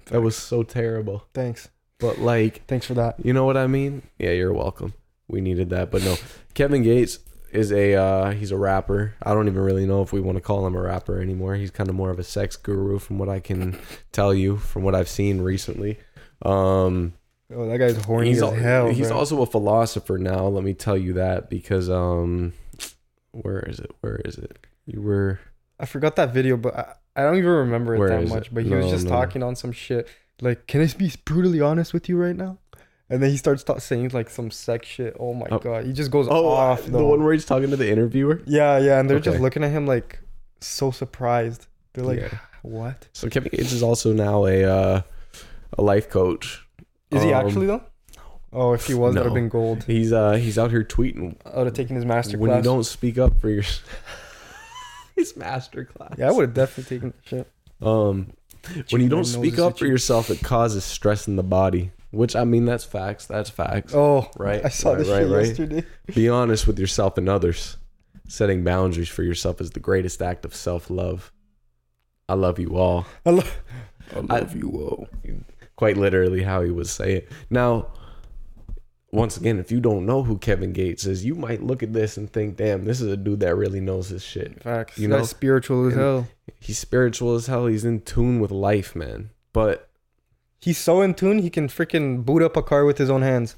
Speaker 2: That was so terrible.
Speaker 1: Thanks,
Speaker 2: But like,
Speaker 1: thanks for that.
Speaker 2: you know what I mean? Yeah, you're welcome. We needed that, but no. Kevin Gates is a uh, he's a rapper. I don't even really know if we want to call him a rapper anymore. He's kind of more of a sex guru, from what I can tell you, from what I've seen recently. Um,
Speaker 1: Oh, that guy's horny
Speaker 2: he's
Speaker 1: as
Speaker 2: al-
Speaker 1: hell.
Speaker 2: he's
Speaker 1: bro.
Speaker 2: also a philosopher now. Let me tell you that because um, where is it? Where is it? You were
Speaker 1: I forgot that video, but I, I don't even remember it
Speaker 2: Where
Speaker 1: that
Speaker 2: is
Speaker 1: much.
Speaker 2: it?
Speaker 1: But he
Speaker 2: No,
Speaker 1: was just
Speaker 2: no.
Speaker 1: talking on some shit. Like, can I be brutally honest with you right now? And then he starts ta- saying like some sex shit. Oh my
Speaker 2: Oh.
Speaker 1: god, he just goes off.
Speaker 2: the
Speaker 1: though.
Speaker 2: one where he's talking to the interviewer.
Speaker 1: yeah, yeah, and they're just
Speaker 2: Okay.
Speaker 1: looking at him like so surprised. They're like,
Speaker 2: Yeah.
Speaker 1: "What
Speaker 2: So Kevin Gates is also now a uh, a life coach.
Speaker 1: is he
Speaker 2: Um,
Speaker 1: actually though?" Oh, if he was, that'd
Speaker 2: No.
Speaker 1: have been gold.
Speaker 2: He's uh he's out here tweeting
Speaker 1: I would have taken his master
Speaker 2: when you
Speaker 1: class.
Speaker 2: don't speak up for your his master class.
Speaker 1: Yeah, I would have definitely taken that shit.
Speaker 2: Um, when
Speaker 1: my
Speaker 2: you don't
Speaker 1: nose
Speaker 2: speak
Speaker 1: is
Speaker 2: up for
Speaker 1: itchy.
Speaker 2: yourself, it causes stress in the body. Which I mean, that's facts. That's facts.
Speaker 1: Oh,
Speaker 2: Right,
Speaker 1: I saw
Speaker 2: right,
Speaker 1: this
Speaker 2: right,
Speaker 1: shit
Speaker 2: right.
Speaker 1: yesterday.
Speaker 2: Be honest with yourself and others. Setting boundaries for yourself is the greatest act of self love. I love you all.
Speaker 1: I love,
Speaker 2: I love you all. Quite literally, how he would say it. Now, once again, if you don't know who Kevin Gates is, you might look at this and think, damn, this is a dude that really knows his shit.
Speaker 1: facts.
Speaker 2: You
Speaker 1: You
Speaker 2: know,
Speaker 1: know, spiritual as
Speaker 2: and-
Speaker 1: hell.
Speaker 2: He's spiritual as hell. He's in tune with life, man. But
Speaker 1: He's so in tune, he can freaking boot up a car with his own hands.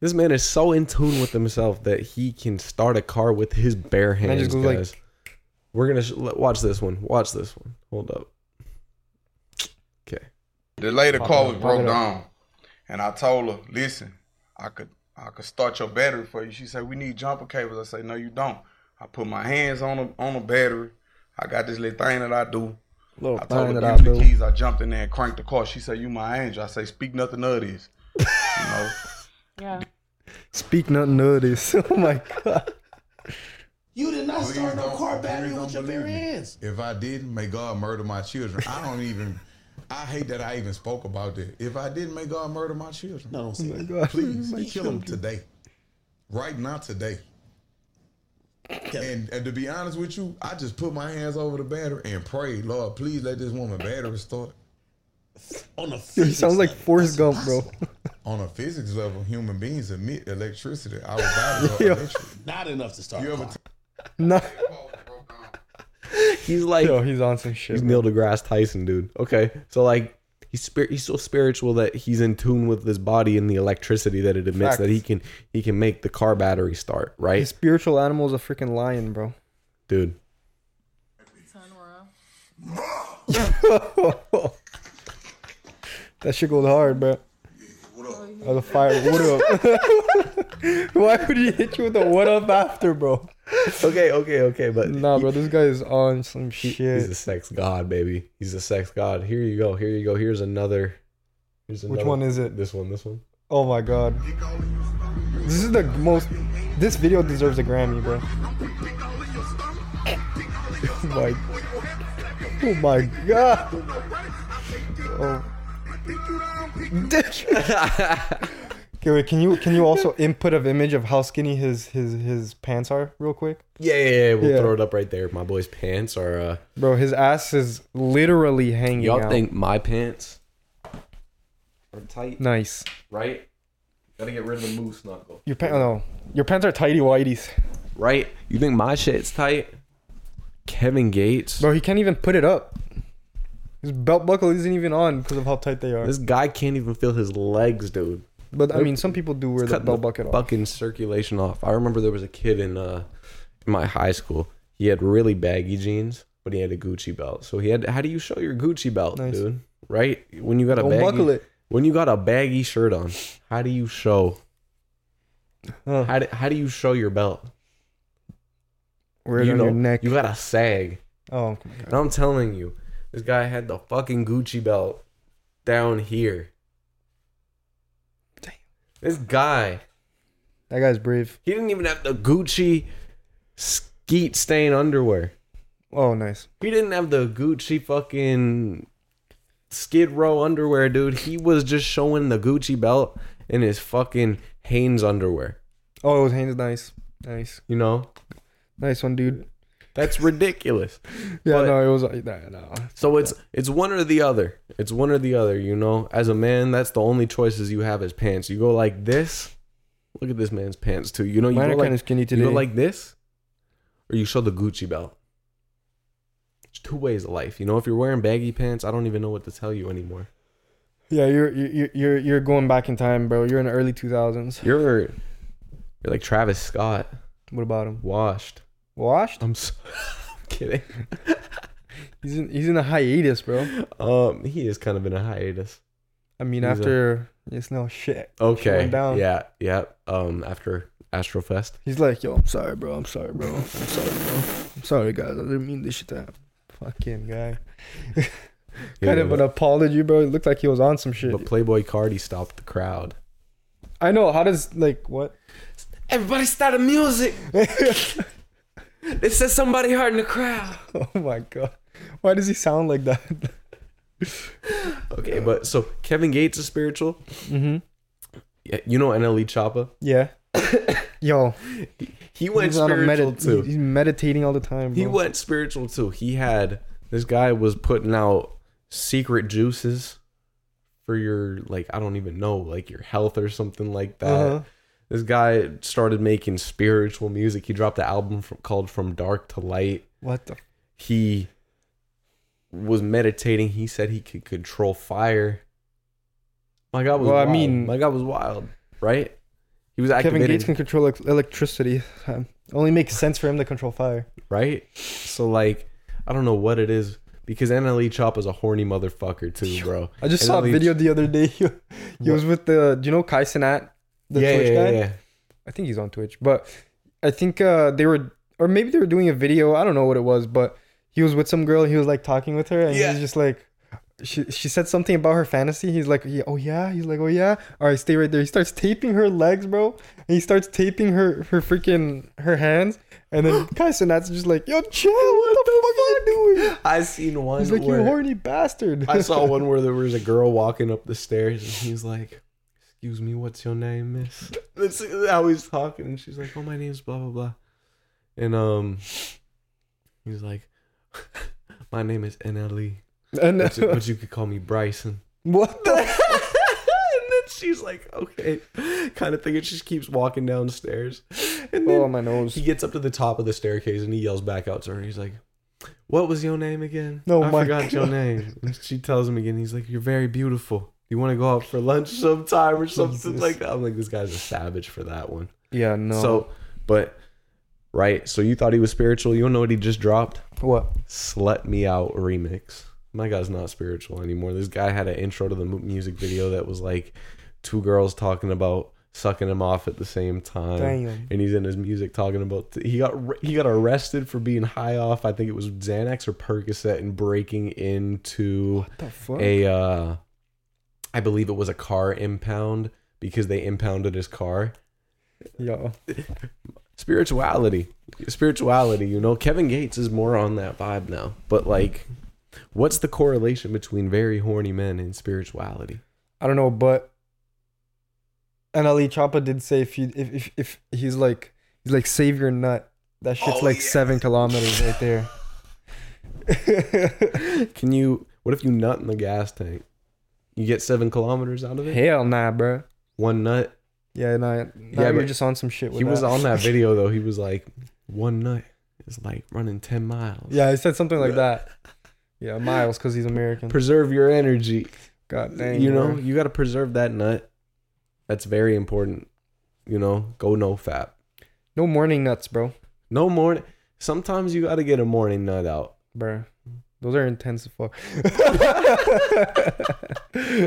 Speaker 2: This man is so in tune with himself that he can start a car with his bare
Speaker 1: I
Speaker 2: hands,
Speaker 1: just go like-
Speaker 2: guys. We're gonna sh- let- watch this one. Watch this one. Hold up.
Speaker 3: The lady
Speaker 1: Pop
Speaker 3: car
Speaker 1: it up,
Speaker 3: was
Speaker 1: pop
Speaker 3: broke
Speaker 1: it up.
Speaker 3: down, and I told her, "Listen, I could I could start your battery for you." She said, "We need jumper cables." I said, "No, you don't." I put my hands on the on the battery. I got this little thing that I do.
Speaker 1: Little
Speaker 3: I told
Speaker 1: thing
Speaker 3: her,
Speaker 1: that I
Speaker 3: "Give me the
Speaker 1: do.
Speaker 3: keys." I jumped in there and cranked the car. She said, "You my angel." I say, "Speak nothing of this." You know,
Speaker 4: Yeah.
Speaker 1: Speak nothing of this. Oh my god.
Speaker 5: You did not
Speaker 6: Please
Speaker 5: start no
Speaker 6: don't-
Speaker 5: car
Speaker 6: please
Speaker 5: battery
Speaker 6: don't
Speaker 5: with your
Speaker 6: believe
Speaker 5: bare
Speaker 6: me.
Speaker 5: hands.
Speaker 6: If I didn't, may God murder my children. I don't even. I hate that I even spoke about that. If I didn't, may God murder my children.
Speaker 5: No, don't say that.
Speaker 1: God.
Speaker 6: Please
Speaker 1: Oh My
Speaker 6: kill them today, right now, today.
Speaker 5: Kevin,
Speaker 6: And, and to be honest with you, I just put my hands over the battery and prayed, Lord, please let this woman battery start.
Speaker 5: on a
Speaker 1: Dude, he sounds like Forrest Gump, bro.
Speaker 6: On a physics level, human beings emit electricity. Our bodies are electric.
Speaker 5: Not enough to start.
Speaker 6: You
Speaker 5: a
Speaker 6: ever
Speaker 5: car.
Speaker 1: No.
Speaker 2: He's like
Speaker 1: Yo, he's on some shit.
Speaker 2: He's
Speaker 1: bro.
Speaker 2: Neil deGrasse Tyson, dude. Okay, so like he's spir- he's so spiritual that he's in tune with his body and the electricity that it emits
Speaker 1: Facts.
Speaker 2: that he can he can make the car battery start. Right,
Speaker 1: His spiritual animal is a freaking lion, bro.
Speaker 2: dude.
Speaker 1: That shit goes hard, bro. That was a fire. What up? Why would he hit you with a what up after, bro?
Speaker 2: Okay, okay, okay, but
Speaker 1: Nah, bro, this guy is on some
Speaker 2: he- he's a
Speaker 1: shit.
Speaker 2: sex god, baby. He's a sex god. Here you go. Here you go. Here's another. Here's another.
Speaker 1: Which one is it?
Speaker 2: This one. This one.
Speaker 1: Oh my god. This is the most. This video deserves a Grammy, bro. Oh my. Oh my god. Oh. Okay, wait, can you can you also input of image of how skinny his his his pants are real quick?
Speaker 2: Yeah, yeah, yeah. We'll
Speaker 1: Yeah.
Speaker 2: throw it up right there. My boy's pants are. uh
Speaker 1: Bro, his ass is literally hanging
Speaker 2: Y'all
Speaker 1: out.
Speaker 2: think my pants are tight?
Speaker 1: nice.
Speaker 2: Right. Gotta get rid of the moose knuckle.
Speaker 1: Your pants? No, your pants are tighty whities,
Speaker 2: right? You think my shit's tight? Kevin Gates.
Speaker 1: bro. He can't even put it up. His belt buckle isn't even on because of how tight they are.
Speaker 2: This guy can't even feel his legs, dude.
Speaker 1: but I mean, some people do wear the
Speaker 2: Cutting
Speaker 1: belt bucket off.
Speaker 2: fucking circulation off. I remember there was a kid in uh in my high school. He had really baggy jeans, but he had a Gucci belt. So he had how do you show your Gucci belt,
Speaker 1: Nice.
Speaker 2: dude? Right? When you got a
Speaker 1: Don't
Speaker 2: baggy,
Speaker 1: buckle it.
Speaker 2: when you got a baggy shirt on, how do you show
Speaker 1: Huh.
Speaker 2: how do, how do you show your belt?
Speaker 1: Wear it
Speaker 2: you
Speaker 1: on
Speaker 2: know,
Speaker 1: your neck.
Speaker 2: you got a sag.
Speaker 1: oh,
Speaker 2: And I'm telling you, this guy had the fucking Gucci belt down here. This guy,
Speaker 1: that guy's brave.
Speaker 2: he didn't even have the Gucci skeet stain underwear.
Speaker 1: Oh, nice.
Speaker 2: He didn't have the Gucci fucking skid row underwear, dude. He was just showing the Gucci belt in his fucking Hanes underwear.
Speaker 1: Oh, his hands nice, nice,
Speaker 2: You know?
Speaker 1: nice one, dude.
Speaker 2: That's ridiculous.
Speaker 1: Yeah,
Speaker 2: But-
Speaker 1: no, it was. Nah, no.
Speaker 2: So it's it's one or the other. It's one or the other, you know. As a man, that's the only choices you have is pants. You go like this. Look at this man's pants too. You know, you
Speaker 1: Mine
Speaker 2: go
Speaker 1: are kind of
Speaker 2: like
Speaker 1: skinny
Speaker 2: you
Speaker 1: today.
Speaker 2: go like this, or you show the Gucci belt. There's two ways of life. You know, if you're wearing baggy pants, I don't even know what to tell you anymore.
Speaker 1: yeah, you're you're you're you're going back in time, bro. You're in the early two thousands.
Speaker 2: You're you're like Travis Scott,
Speaker 1: What about him?
Speaker 2: washed.
Speaker 1: Washed?
Speaker 2: I'm so, I'm kidding.
Speaker 1: He's in he's in a hiatus, bro.
Speaker 2: Um, he is kind of in a hiatus.
Speaker 1: I mean,
Speaker 2: He's a-
Speaker 1: after it's no shit.
Speaker 2: Okay.
Speaker 1: went down.
Speaker 2: Yeah. Yeah. Um, after Astrofest.
Speaker 1: He's like, yo, I'm sorry, bro. I'm sorry, bro. I'm sorry, bro. I'm sorry, guys. I didn't mean this shit to happen. Fucking guy. kind of an apology, bro. It looked like he was on some shit.
Speaker 2: But Playboy Cardi stopped the crowd.
Speaker 1: I know. How does like what?
Speaker 2: Everybody started music.
Speaker 1: oh
Speaker 2: They said somebody heard in the crowd.
Speaker 1: my god. Why does he sound like that?
Speaker 2: Okay, but so Kevin Gates is spiritual.
Speaker 1: mm-hmm.
Speaker 2: Yeah, you know NLE Choppa.
Speaker 1: Yeah. yo,
Speaker 2: He went
Speaker 1: he's on a
Speaker 2: spiritual
Speaker 1: medit-
Speaker 2: too.
Speaker 1: He's meditating all the time. Bro.
Speaker 2: He went spiritual too. He had this guy was putting out secret juices for your like I don't even know like your health or something like that.
Speaker 1: Uh-huh.
Speaker 2: This guy started making spiritual music. He dropped an album from, called From Dark to Light.
Speaker 1: What the?
Speaker 2: he was meditating. He said he could control fire. My God was
Speaker 1: Well, I
Speaker 2: wild.
Speaker 1: mean-
Speaker 2: my God was wild, right? He was
Speaker 1: Kevin
Speaker 2: activated,
Speaker 1: Gates can control ex- electricity. Um, only makes sense for him to control fire.
Speaker 2: right? So like, I don't know what it is because NLE Chop is a horny motherfucker too, bro.
Speaker 1: I just
Speaker 2: And
Speaker 1: saw a
Speaker 2: NLE
Speaker 1: video the other day. He, he was with the, do you know Kai Sinat, the
Speaker 2: yeah,
Speaker 1: Twitch
Speaker 2: yeah,
Speaker 1: guy?
Speaker 2: yeah, yeah.
Speaker 1: I think he's on Twitch, but I think uh, they were, or maybe they were doing a video. I don't know what it was, but he was with some girl. and He was like talking with her, and he
Speaker 2: Yeah.
Speaker 1: was just like, she she said something about her fantasy. He's like, yeah, oh yeah. He's like, oh yeah. All right, stay right there. He starts taping her legs, bro, and he starts taping her her freaking her hands, and then Kai Sinat's just like, yo, chill. What, the, fuck, are you doing?
Speaker 2: I seen one.
Speaker 1: He's like, you
Speaker 2: where-
Speaker 1: horny bastard.
Speaker 2: I saw one where there was a girl walking up the stairs, and he's like, "Excuse me, what's your name, miss?" That's how he's talking, and she's like, "Oh, my name's blah blah blah," and um, he's like, "My name is NLE,
Speaker 1: and,
Speaker 2: but you, but you could call me Bryson."
Speaker 1: what the?
Speaker 2: and then she's like, "Okay," kind of thing, and she just keeps walking downstairs, and then
Speaker 1: Oh my nose.
Speaker 2: he gets up to the top of the staircase and he yells back out to her. He's like, "What was your name again?
Speaker 1: No,
Speaker 2: I
Speaker 1: my
Speaker 2: forgot your
Speaker 1: God.
Speaker 2: name." And she tells him again. He's like, "You're very beautiful. You want to go out for lunch sometime or something
Speaker 1: Jesus.
Speaker 2: like that?" I'm like, "This guy's a savage for that one."
Speaker 1: Yeah, no.
Speaker 2: So, but right. So you thought he was spiritual. You don't know what he just dropped?
Speaker 1: what?
Speaker 2: "Slut Me Out" remix. My guy's not spiritual anymore. This guy had an intro to the mu- music video that was like two girls talking about sucking him off at the same time
Speaker 1: Damn.
Speaker 2: and he's in his music talking about he got he got arrested for being high off. I think it was Xanax or Percocet and breaking into
Speaker 1: The fuck?
Speaker 2: a uh, I believe it was a car impound because they impounded his car.
Speaker 1: Yo.
Speaker 2: Spirituality, spirituality. You know, Kevin Gates is more on that vibe now. But like, what's the correlation between very horny men and spirituality?
Speaker 1: I don't know, but NLE Choppa did say if you if, if if he's like he's like save your nut. That shit's like seven kilometers right there.
Speaker 2: Can you? What if you nut in the gas tank? You get seven kilometers out of it.
Speaker 1: Hell nah, bro.
Speaker 2: One nut.
Speaker 1: Yeah, nah. Now
Speaker 2: Yeah,
Speaker 1: you're
Speaker 2: but
Speaker 1: just on some shit. With
Speaker 2: he was
Speaker 1: that.
Speaker 2: on that video though. He was like, one night is like running ten miles.
Speaker 1: Yeah, he said something like that. Yeah, miles because he's American.
Speaker 2: Preserve your energy.
Speaker 1: God dang.
Speaker 2: you know,
Speaker 1: bro.
Speaker 2: you got to preserve that nut. That's very important. You know, go no fat.
Speaker 1: no morning nuts, bro.
Speaker 2: No morning. Sometimes you got to get a morning nut out.
Speaker 1: Bro, those are intense as fuck.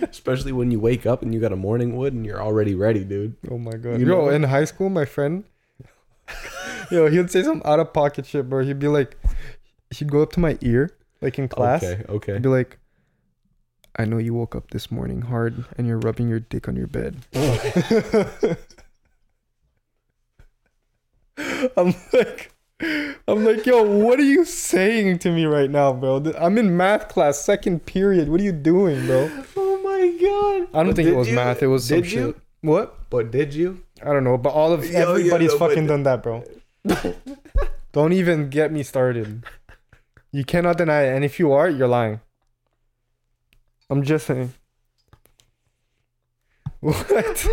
Speaker 2: Especially when you wake up and you got a morning wood and you're already ready, dude.
Speaker 1: Oh my god.
Speaker 2: You
Speaker 1: Yo,
Speaker 2: know?
Speaker 1: in high school, my friend, yo, he'd say some out of pocket shit, bro. He'd be like, he'd go up to my ear, like in class,
Speaker 2: Okay, okay.
Speaker 1: he'd be like, I know you woke up this morning hard and you're rubbing your dick on your bed. I'm like, I'm like, yo, what are you saying to me right now, bro? Th- I'm in math class, second period. What are you doing, bro?
Speaker 2: Oh my god.
Speaker 1: I don't
Speaker 2: But
Speaker 1: think it
Speaker 2: did
Speaker 1: was
Speaker 2: you-
Speaker 1: math. It was some
Speaker 2: did you?
Speaker 1: shit. What?
Speaker 2: But did you?
Speaker 1: I don't know, but all of
Speaker 2: Yo, yo,
Speaker 1: everybody's
Speaker 2: no, but-
Speaker 1: fucking done that, bro. don't even get me started. You cannot deny it, and if you are, you're lying. I'm just saying. What?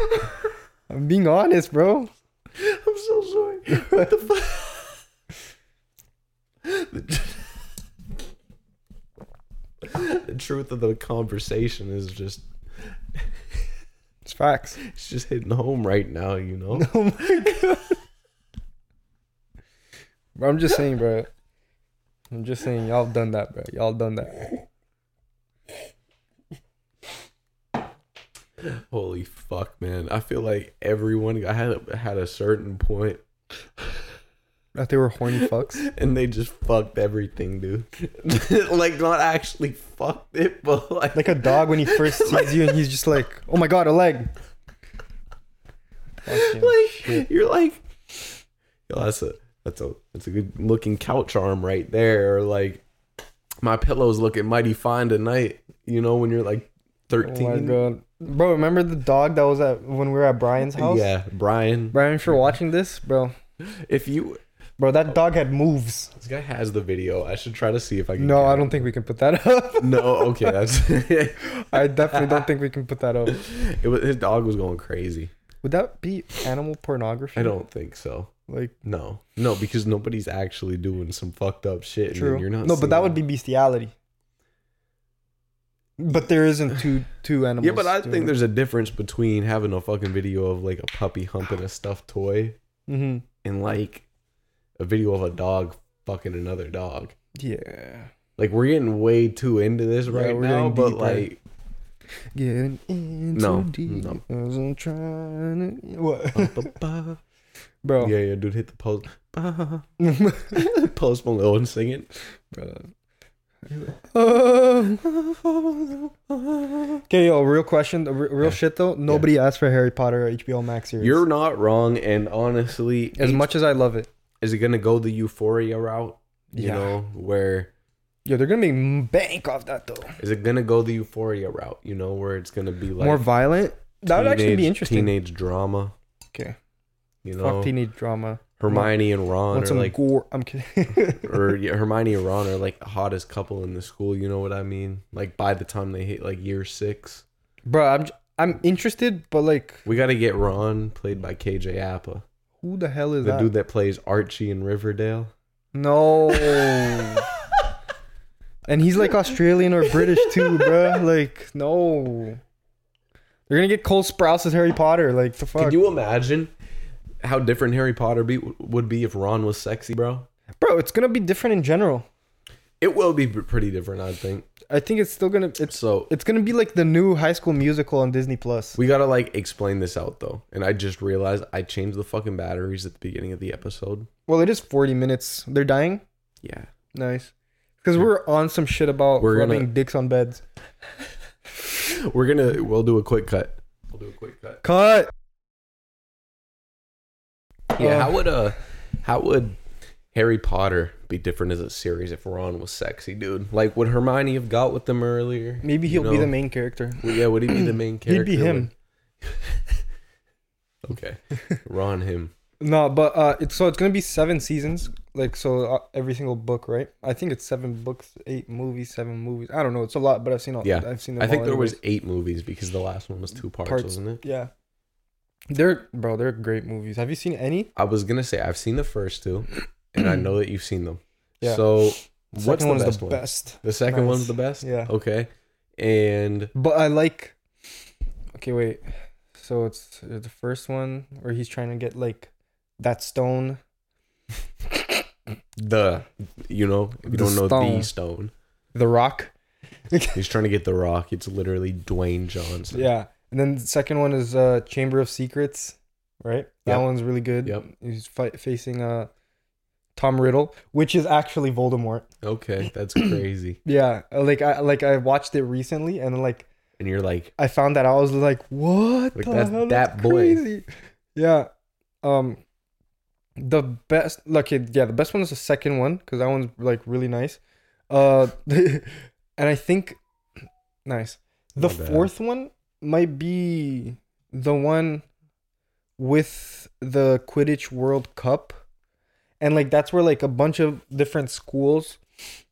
Speaker 1: I'm being honest, bro.
Speaker 2: I'm so sorry. What the fuck? the truth of the conversation is just
Speaker 1: It's facts.
Speaker 2: it's just hitting home right now, you know.
Speaker 1: Oh my god. Bro, I'm just saying, bro. I'm just saying, y'all done that, bro. Y'all done that.
Speaker 2: Holy fuck, man! I feel like everyone I had a, had a certain point,
Speaker 1: That they were horny fucks.
Speaker 2: and they just fucked everything, dude. like not actually fucked it, but like,
Speaker 1: Like a dog when he first sees you and he's just like, oh my god, a leg. Fucking
Speaker 2: like you're like yo that's a that's a that's a good looking couch arm right there or like my pillow's looking mighty fine tonight you know when you're like
Speaker 1: Oh my
Speaker 2: 13
Speaker 1: god. Bro, remember the dog that was at when we were at Brian's house?
Speaker 2: yeah brian
Speaker 1: Brian, if you're watching this, bro.
Speaker 2: if you
Speaker 1: Bro, that dog had moves.
Speaker 2: this guy has the video i should try to see if i can
Speaker 1: No,
Speaker 2: get
Speaker 1: I
Speaker 2: it.
Speaker 1: don't think we can put that up.
Speaker 2: no okay that's
Speaker 1: I definitely don't think we can put that up.
Speaker 2: it was his dog was going crazy
Speaker 1: Would that be animal pornography?
Speaker 2: i don't think so
Speaker 1: like
Speaker 2: no no because nobody's actually doing some fucked up shit and then
Speaker 1: true.
Speaker 2: you're not
Speaker 1: no, but that
Speaker 2: seeing
Speaker 1: would be bestiality. But there isn't two two animals.
Speaker 2: Yeah, but I
Speaker 1: doing
Speaker 2: think
Speaker 1: it.
Speaker 2: there's a difference between having a fucking video of like a puppy humping a stuffed toy
Speaker 1: Mhm.
Speaker 2: and like a video of a dog fucking another dog.
Speaker 1: Yeah.
Speaker 2: Like we're getting way too into this
Speaker 1: Yeah,
Speaker 2: right
Speaker 1: we're
Speaker 2: now,
Speaker 1: getting
Speaker 2: but
Speaker 1: deeper.
Speaker 2: like
Speaker 1: Getting in
Speaker 2: No,
Speaker 1: too deep
Speaker 2: no.
Speaker 1: as I'm trying to- What?
Speaker 2: Ba-ba-ba.
Speaker 1: Bro.
Speaker 2: yeah, yeah, dude, hit the post. Ba. Post Malone singing.
Speaker 1: okay, yo, real question, uh, re- real shit though. Nobody asked for Harry Potter or HBO Max series.
Speaker 2: You're not wrong, and honestly,
Speaker 1: as
Speaker 2: H-
Speaker 1: much as I love it.
Speaker 2: is it gonna go the Euphoria route? You
Speaker 1: Yeah.
Speaker 2: know, where
Speaker 1: Yo, they're gonna make m- bank off that though.
Speaker 2: is it gonna go the Euphoria route? You know, where it's gonna be like
Speaker 1: More violent. That would actually be
Speaker 2: teenage-
Speaker 1: interesting.
Speaker 2: Teenage drama.
Speaker 1: Okay.
Speaker 2: You
Speaker 1: Fuck
Speaker 2: know,
Speaker 1: teenage drama.
Speaker 2: Hermione and Ron
Speaker 1: Want
Speaker 2: are
Speaker 1: some
Speaker 2: like,
Speaker 1: gore? I'm kidding.
Speaker 2: or yeah, Hermione and Ron are like the hottest couple in the school. You know what I mean? Like by the time they hit like year six,
Speaker 1: Bro, I'm j- I'm interested, but like,
Speaker 2: we got to get Ron played by KJ Appa,
Speaker 1: who the hell is
Speaker 2: the
Speaker 1: that?
Speaker 2: dude that plays Archie in Riverdale.
Speaker 1: No. and he's like Australian or British too, bro. Like, no. They're gonna get Cole Sprouse as Harry Potter. Like, the fuck,
Speaker 2: Can you imagine how different Harry Potter be, would be if Ron was sexy, bro?
Speaker 1: bro. It's gonna be different in general.
Speaker 2: It will be pretty different, I think.
Speaker 1: I think it's still gonna it's
Speaker 2: So
Speaker 1: it's gonna be like the new High School Musical on Disney Plus.
Speaker 2: we gotta like explain this out though. And I just realized I changed the fucking batteries at the beginning of the episode.
Speaker 1: Well, it is forty minutes. They're dying.
Speaker 2: Yeah.
Speaker 1: Nice, because we're on some shit about
Speaker 2: We're gonna-
Speaker 1: rubbing dicks on beds.
Speaker 2: We're gonna we'll do a quick cut. We'll do a quick cut.
Speaker 1: Cut.
Speaker 2: Yeah,
Speaker 1: Uh,
Speaker 2: how would uh how would Harry Potter be different as a series if Ron was sexy, dude? Like would Hermione have got with them earlier?
Speaker 1: Maybe he'll
Speaker 2: You
Speaker 1: be
Speaker 2: know?
Speaker 1: the main character.
Speaker 2: Well, yeah, would he be the main
Speaker 1: He'd
Speaker 2: character?
Speaker 1: be him.
Speaker 2: when- okay. Ron him.
Speaker 1: No, but uh, it's so it's gonna be seven seasons. Like so, uh, every single book, right? I think it's seven books, eight movies, seven movies. I don't know. It's a lot, but I've seen all.
Speaker 2: Yeah.
Speaker 1: I've seen.
Speaker 2: I
Speaker 1: them
Speaker 2: think
Speaker 1: all
Speaker 2: there was
Speaker 1: anyways.
Speaker 2: eight movies because the last one was two parts,
Speaker 1: Parts.
Speaker 2: wasn't it?
Speaker 1: Yeah, they're bro. They're great movies. Have you seen any?
Speaker 2: I was gonna say I've seen the first two, and I know that you've seen them.
Speaker 1: Yeah.
Speaker 2: So what's
Speaker 1: Second
Speaker 2: the
Speaker 1: one's
Speaker 2: best
Speaker 1: the
Speaker 2: one?
Speaker 1: best.
Speaker 2: The second
Speaker 1: Nice.
Speaker 2: one's the best.
Speaker 1: Yeah.
Speaker 2: Okay. And
Speaker 1: But I like. Okay, wait. So it's uh, the first one where he's trying to get like that stone.
Speaker 2: the you know if you
Speaker 1: The
Speaker 2: don't know the
Speaker 1: stone.
Speaker 2: stone.
Speaker 1: The Rock.
Speaker 2: He's trying to get the rock. It's literally Dwayne Johnson.
Speaker 1: Yeah. And then the second one is uh Chamber of Secrets, right? That
Speaker 2: Yep.
Speaker 1: one's really good.
Speaker 2: Yep.
Speaker 1: He's fight, facing uh Tom Riddle, which is actually Voldemort.
Speaker 2: Okay, that's crazy.
Speaker 1: Yeah. Like I like I watched it recently and like
Speaker 2: And you're like,
Speaker 1: I found that out. I was like, "What?
Speaker 2: Like,
Speaker 1: the
Speaker 2: that's
Speaker 1: hell?
Speaker 2: that boy.
Speaker 1: Yeah. Um the best like it- yeah, the best one is the second one cuz that one's like really nice. Uh and I think nice. The
Speaker 2: My bad.
Speaker 1: fourth one might be the one with the Quidditch World Cup. And like that's where like a bunch of different schools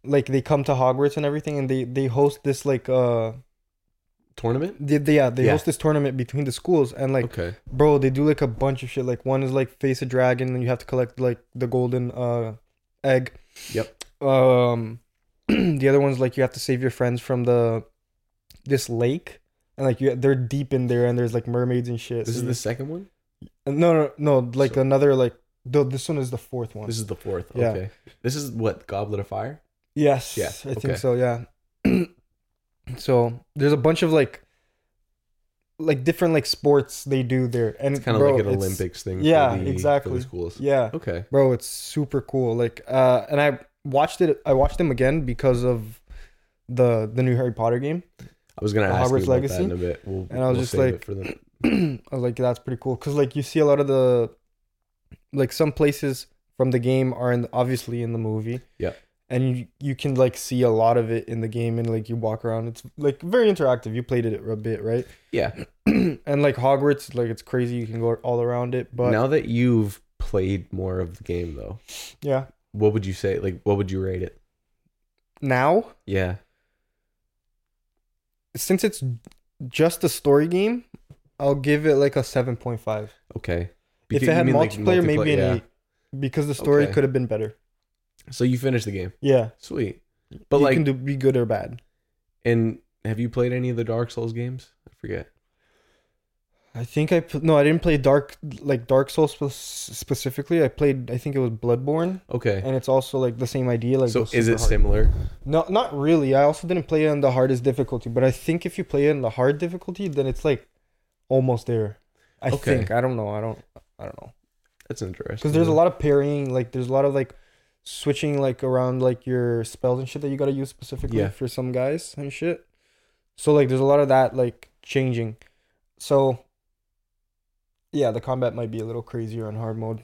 Speaker 1: like they come to Hogwarts and everything and they they host this like uh
Speaker 2: tournament?
Speaker 1: they, they yeah, they
Speaker 2: Yeah.
Speaker 1: host this tournament between the schools and like
Speaker 2: Okay.
Speaker 1: bro they do like a bunch of shit like one is like face a dragon and you have to collect like the golden uh egg
Speaker 2: Yep.
Speaker 1: um the other one's like you have to save your friends from the this lake and like you they're deep in there and there's like mermaids and shit
Speaker 2: This
Speaker 1: so
Speaker 2: is
Speaker 1: you-
Speaker 2: the second one?
Speaker 1: no no no like
Speaker 2: So-
Speaker 1: another like the, this one is the fourth one
Speaker 2: This is the fourth.
Speaker 1: Yeah.
Speaker 2: Okay. This is what, Goblet of Fire?
Speaker 1: Yes.
Speaker 2: Yeah,
Speaker 1: I
Speaker 2: okay.
Speaker 1: think so, yeah. so there's a bunch of like like different like sports they do there. And
Speaker 2: It's kind of
Speaker 1: bro,
Speaker 2: like an
Speaker 1: it's-
Speaker 2: Olympics thing.
Speaker 1: yeah,
Speaker 2: for the, For
Speaker 1: exactly.
Speaker 2: the schools.
Speaker 1: Yeah.
Speaker 2: Okay.
Speaker 1: Bro, it's super cool. Like uh and I watched it I watched them again because of the the new Harry Potter game.
Speaker 2: I was gonna
Speaker 1: The
Speaker 2: ask
Speaker 1: Hogwarts
Speaker 2: you about
Speaker 1: Legacy?
Speaker 2: that in a bit. We'll,
Speaker 1: And I was
Speaker 2: we'll
Speaker 1: just
Speaker 2: save it
Speaker 1: like-
Speaker 2: for the
Speaker 1: I was like, that's pretty cool because like you see a lot of the like some places from the game are in obviously in the movie.
Speaker 2: Yeah.
Speaker 1: And you, you can like see a lot of it in the game and like you walk around. It's like very interactive. You played it a bit, right?
Speaker 2: yeah.
Speaker 1: and like Hogwarts, like it's crazy. You can go all around it, but
Speaker 2: now that you've played more of the game though,
Speaker 1: yeah.
Speaker 2: what would you say? Like, what would you rate it?
Speaker 1: Now,
Speaker 2: Yeah.
Speaker 1: since it's just a story game, I'll give it like a seven point five.
Speaker 2: Okay.
Speaker 1: If
Speaker 2: Because-
Speaker 1: it
Speaker 2: you
Speaker 1: had
Speaker 2: mean, like,
Speaker 1: multiplayer, maybe an
Speaker 2: multiplayer,
Speaker 1: eight, because the story
Speaker 2: Okay.
Speaker 1: could have been better.
Speaker 2: yeah. So you finished the game.
Speaker 1: Yeah,
Speaker 2: Sweet. But
Speaker 1: you
Speaker 2: like,
Speaker 1: can do, be good or bad.
Speaker 2: and Have you played any of the Dark Souls games? I forget.
Speaker 1: I think I pl- no, I didn't play Dark like Dark Souls spe- specifically. I played I think it was Bloodborne,
Speaker 2: Okay.
Speaker 1: and it's also like the same idea. Like
Speaker 2: So
Speaker 1: go
Speaker 2: is
Speaker 1: super
Speaker 2: it
Speaker 1: hard.
Speaker 2: similar?
Speaker 1: No, not really. I also didn't play it on the hardest difficulty, but I think if you play it on the hard difficulty, then it's like almost there. I
Speaker 2: Okay.
Speaker 1: think I don't know. I don't. I don't know
Speaker 2: That's interesting.
Speaker 1: because there's a lot of parrying. Like there's a lot of like switching like around like your spells and shit that you gotta use specifically
Speaker 2: Yeah.
Speaker 1: for some guys and shit. So like there's a lot of that like changing. So yeah, the combat might be a little crazier on hard mode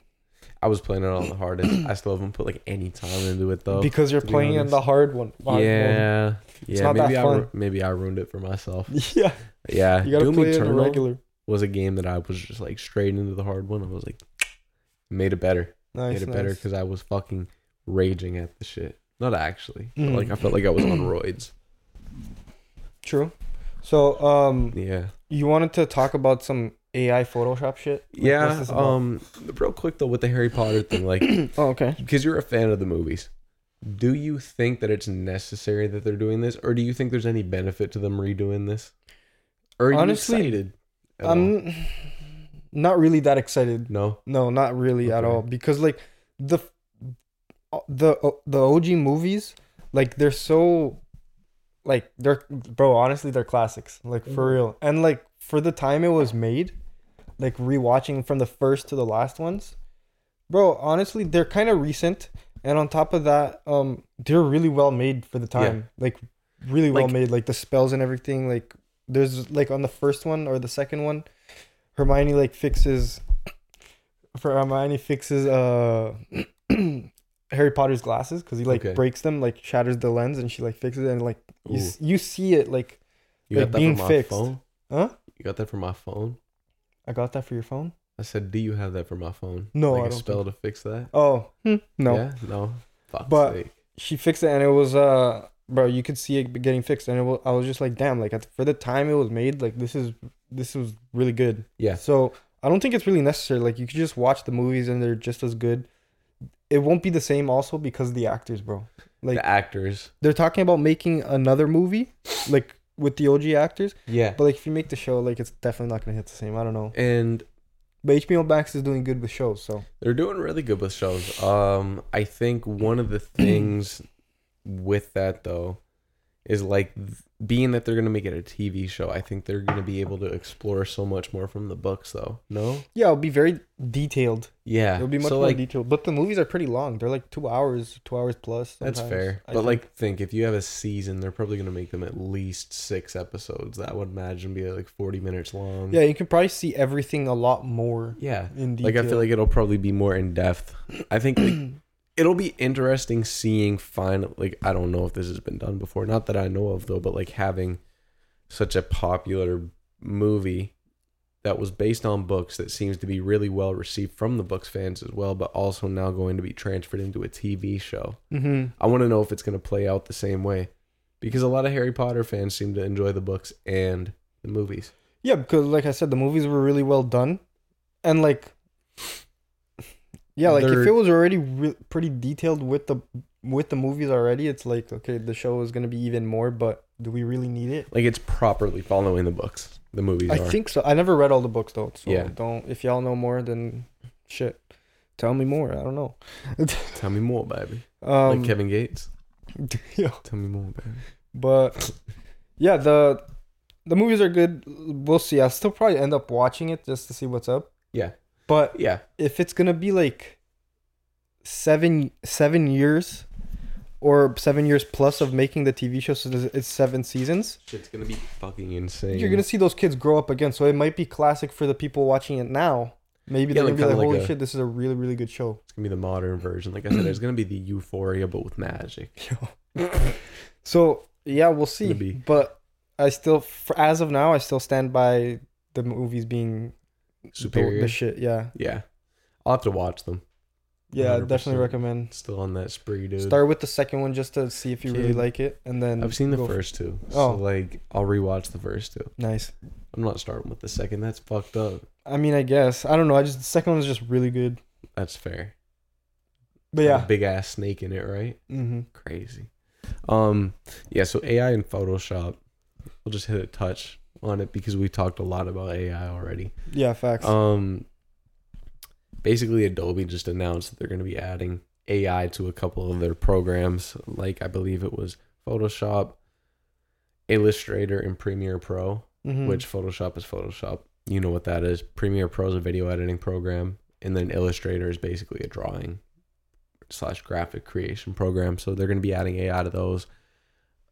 Speaker 2: I was playing it on the hardest. I still haven't put like any time into it though.
Speaker 1: because you're
Speaker 2: to be
Speaker 1: playing on the
Speaker 2: honest.
Speaker 1: hard one. hard mode.
Speaker 2: yeah, yeah.
Speaker 1: not that
Speaker 2: Maybe I ru-
Speaker 1: fun.
Speaker 2: maybe I ruined it for myself.
Speaker 1: yeah.
Speaker 2: Yeah,
Speaker 1: You gotta
Speaker 2: Uh, Doom
Speaker 1: play it on the
Speaker 2: Eternal
Speaker 1: regular.
Speaker 2: was a game that I was just like straight into the hard one. I was like, made it better,
Speaker 1: Nice.
Speaker 2: made it
Speaker 1: nice.
Speaker 2: better because I was fucking raging at the shit. Not actually, but,
Speaker 1: Mm.
Speaker 2: like I felt like I was on roids.
Speaker 1: True. So, um,
Speaker 2: Yeah,
Speaker 1: you wanted to talk about some AI Photoshop shit? Like, what's
Speaker 2: yeah.
Speaker 1: this about?
Speaker 2: Um, real quick though, with the Harry Potter thing, like
Speaker 1: Oh, okay.
Speaker 2: because you're a fan of the movies do you think that it's necessary that they're doing this or do you think there's any benefit to them redoing this or are
Speaker 1: Honestly,
Speaker 2: you excited at all?
Speaker 1: I'm not really that excited.
Speaker 2: no
Speaker 1: No, not really at
Speaker 2: Okay.
Speaker 1: all. Because like the the uh, the OG movies, like they're so like they're bro. Honestly, they're classics. Like
Speaker 2: Mm-hmm.
Speaker 1: for real. And like for the time it was made, like rewatching from the first to the last ones, bro. Honestly, they're kind of recent. And on top of that, um, they're really well made for the time. Like really well
Speaker 2: Like-
Speaker 1: made. Like the spells and everything. Like there's like on the first one or the second one, Hermione like fixes for Hermione fixes uh Harry Potter's glasses because he like
Speaker 2: Okay.
Speaker 1: breaks them, like shatters the lens, and she like fixes it, and like you,
Speaker 2: Ooh.
Speaker 1: s- you see it like
Speaker 2: you
Speaker 1: like
Speaker 2: got that
Speaker 1: being
Speaker 2: from my
Speaker 1: fixed.
Speaker 2: phone
Speaker 1: Huh?
Speaker 2: you got that from my phone
Speaker 1: I got that for your phone.
Speaker 2: i said do you have that from my phone
Speaker 1: No,
Speaker 2: like
Speaker 1: I
Speaker 2: a
Speaker 1: don't
Speaker 2: spell to fix that
Speaker 1: Oh hmm, no,
Speaker 2: yeah no Fuck's
Speaker 1: But-
Speaker 2: sake.
Speaker 1: she fixed it, and it was uh bro, you could see it getting fixed, and it was, I was just like, damn, like at for the time it was made, like this is this was really good.
Speaker 2: yeah
Speaker 1: So I don't think it's really necessary. Like you could just watch the movies, and they're just as good. It won't be the same also because of the actors, bro. Like
Speaker 2: the actors
Speaker 1: they're talking about making another movie, like with the OG actors.
Speaker 2: yeah
Speaker 1: But like, if you make the show, like it's definitely not gonna hit the same. I don't know.
Speaker 2: and
Speaker 1: But HBO Max is doing good with shows, so
Speaker 2: They're doing really good with shows. Um, I think one of the things with that though is like th- being that they're gonna make it a TV show. I think they're gonna be able to explore so much more from the books, though. No,
Speaker 1: yeah, it'll be very detailed.
Speaker 2: yeah,
Speaker 1: It'll be much
Speaker 2: so
Speaker 1: more
Speaker 2: like
Speaker 1: detailed. But the movies are pretty long. They're like two hours, two hours plus.
Speaker 2: that's
Speaker 1: sometimes,
Speaker 2: fair.
Speaker 1: I
Speaker 2: but
Speaker 1: think.
Speaker 2: like, think if you have a season, they're probably gonna make them at least six episodes. That would imagine be like forty minutes long.
Speaker 1: yeah, you can probably see everything a lot more
Speaker 2: yeah.
Speaker 1: in detail.
Speaker 2: Like I feel like it'll probably be more in depth. I think like, it'll be interesting seeing final like I don't know if this has been done before, not that I know of though, but like having such a popular movie that was based on books that seems to be really well received from the books fans as well, but also now going to be transferred into a TV show.
Speaker 1: hmm
Speaker 2: I want to know if it's going to play out the same way because a lot of Harry Potter fans seem to enjoy the books and the movies.
Speaker 1: Yeah, because like I said, the movies were really well done, and like, yeah, like if
Speaker 2: They're-
Speaker 1: it was already re- pretty detailed with the with the movies already, it's like okay, the show is gonna be even more. But do we really need it?
Speaker 2: Like it's properly following the books. The movies
Speaker 1: I
Speaker 2: are.
Speaker 1: think so. I never read all the books though, so
Speaker 2: Yeah.
Speaker 1: don't. If y'all know more, then shit, tell me more. I don't know.
Speaker 2: Tell me more, baby.
Speaker 1: Um,
Speaker 2: like Kevin Gates.
Speaker 1: yeah,
Speaker 2: Tell me more, baby.
Speaker 1: but yeah, the the movies are good. We'll see. I'll still probably end up watching it just to see what's up.
Speaker 2: Yeah.
Speaker 1: But
Speaker 2: Yeah.
Speaker 1: if it's gonna be like seven seven years or seven years plus of making the TV show, so there's- it's seven seasons.
Speaker 2: Shit's gonna be fucking insane.
Speaker 1: You're gonna see those kids grow up again, so it might be classic for the people watching it now. Maybe
Speaker 2: Yeah,
Speaker 1: they're
Speaker 2: like,
Speaker 1: gonna be
Speaker 2: kinda
Speaker 1: like,
Speaker 2: like
Speaker 1: "Holy
Speaker 2: a-
Speaker 1: shit, this is a really really good show."
Speaker 2: it's gonna be the modern version. Like I said, it's gonna be the euphoria but with magic.
Speaker 1: So yeah, we'll see.
Speaker 2: be.
Speaker 1: But I still, for, as of now, I still stand by the movies being the,
Speaker 2: Superior.
Speaker 1: the shit. Yeah,
Speaker 2: yeah. I'll have to watch them.
Speaker 1: yeah, I definitely
Speaker 2: 100%.
Speaker 1: recommend.
Speaker 2: Still on that spree, dude.
Speaker 1: Start with the second one just to see if you really
Speaker 2: Kid.
Speaker 1: like it, and then
Speaker 2: I've seen the
Speaker 1: go-
Speaker 2: first two.
Speaker 1: Oh.
Speaker 2: So like I'll rewatch the first two.
Speaker 1: Nice.
Speaker 2: I'm not starting with the second. That's fucked up.
Speaker 1: I mean, I guess I don't know. I just the second one is just really good.
Speaker 2: That's fair.
Speaker 1: But yeah,
Speaker 2: Big ass snake in it, right?
Speaker 1: mm-hmm.
Speaker 2: Crazy. Um yeah, so AI and Photoshop. We'll just hit a touch on it because we talked a lot about AI already.
Speaker 1: Yeah, facts.
Speaker 2: Um, basically, Adobe just announced that they're going to be adding AI to a couple of their programs, like I believe it was Photoshop, Illustrator, and Premiere Pro.
Speaker 1: Mhm.
Speaker 2: Which Photoshop is Photoshop. You know what that is. Premiere Pro is a video editing program, and then Illustrator is basically a drawing slash graphic creation program. So they're going to be adding AI to those.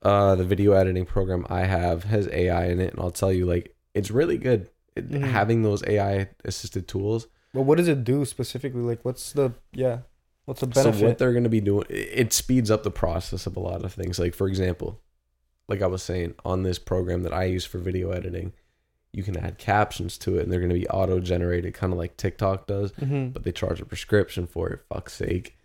Speaker 2: Uh, the video editing program I have has AI in it, and I'll tell you, like, it's really good. It,
Speaker 1: Mhm.
Speaker 2: Having those AI assisted tools
Speaker 1: But what does it do specifically? Like, what's the yeah? What's the benefit?
Speaker 2: so what they're going to be doing, it- it speeds up the process of a lot of things. Like for example, like I was saying on this program that I use for video editing, you can add captions to it, and they're going to be auto generated, kind of like TikTok does.
Speaker 1: Mhm.
Speaker 2: But they charge a prescription for it. Fuck's sake.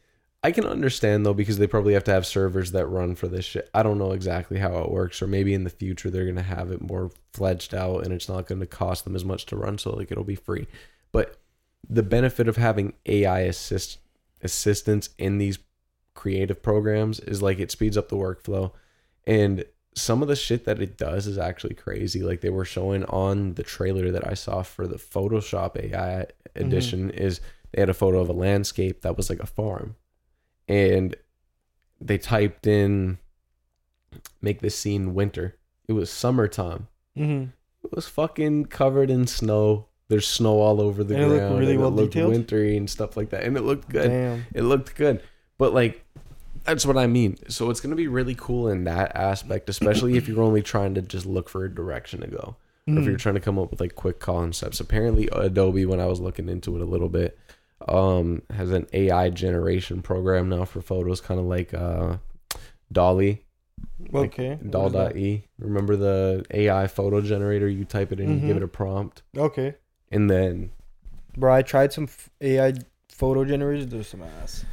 Speaker 2: I can understand though because they probably have to have servers that run for this shit. I don't know exactly how it works, or maybe in the future they're going to have it more fledged out, and it's not going to cost them as much to run, so like it'll be free. But the benefit of having AI assist assistance in these creative programs is like it speeds up the workflow and some of the shit that it does is actually crazy like they were showing on the trailer that i saw for the photoshop ai
Speaker 1: Mm-hmm.
Speaker 2: edition is they had a photo of a landscape that was like a farm and they typed in make this scene winter it was summertime
Speaker 1: Mhm.
Speaker 2: it was fucking covered in snow there's snow all over the
Speaker 1: And it looked
Speaker 2: ground
Speaker 1: really
Speaker 2: and
Speaker 1: well
Speaker 2: it looked
Speaker 1: detailed?
Speaker 2: wintry and stuff like that and it looked good
Speaker 1: Damn.
Speaker 2: it looked good but like that's what i mean so it's going to be really cool in that aspect especially if you're only trying to just look for a direction to go or if you're trying to come up with like quick concepts apparently adobe when i was looking into it a little bit um has an ai generation program now for photos kind of like uh dolly like
Speaker 1: Mm-hmm. Okay. What is that?
Speaker 2: doll.e remember the ai photo generator you type it in you give
Speaker 1: Mhm.
Speaker 2: it a prompt
Speaker 1: Okay,
Speaker 2: and then
Speaker 1: bro. I tried some f- AI photo generators. There's some ass.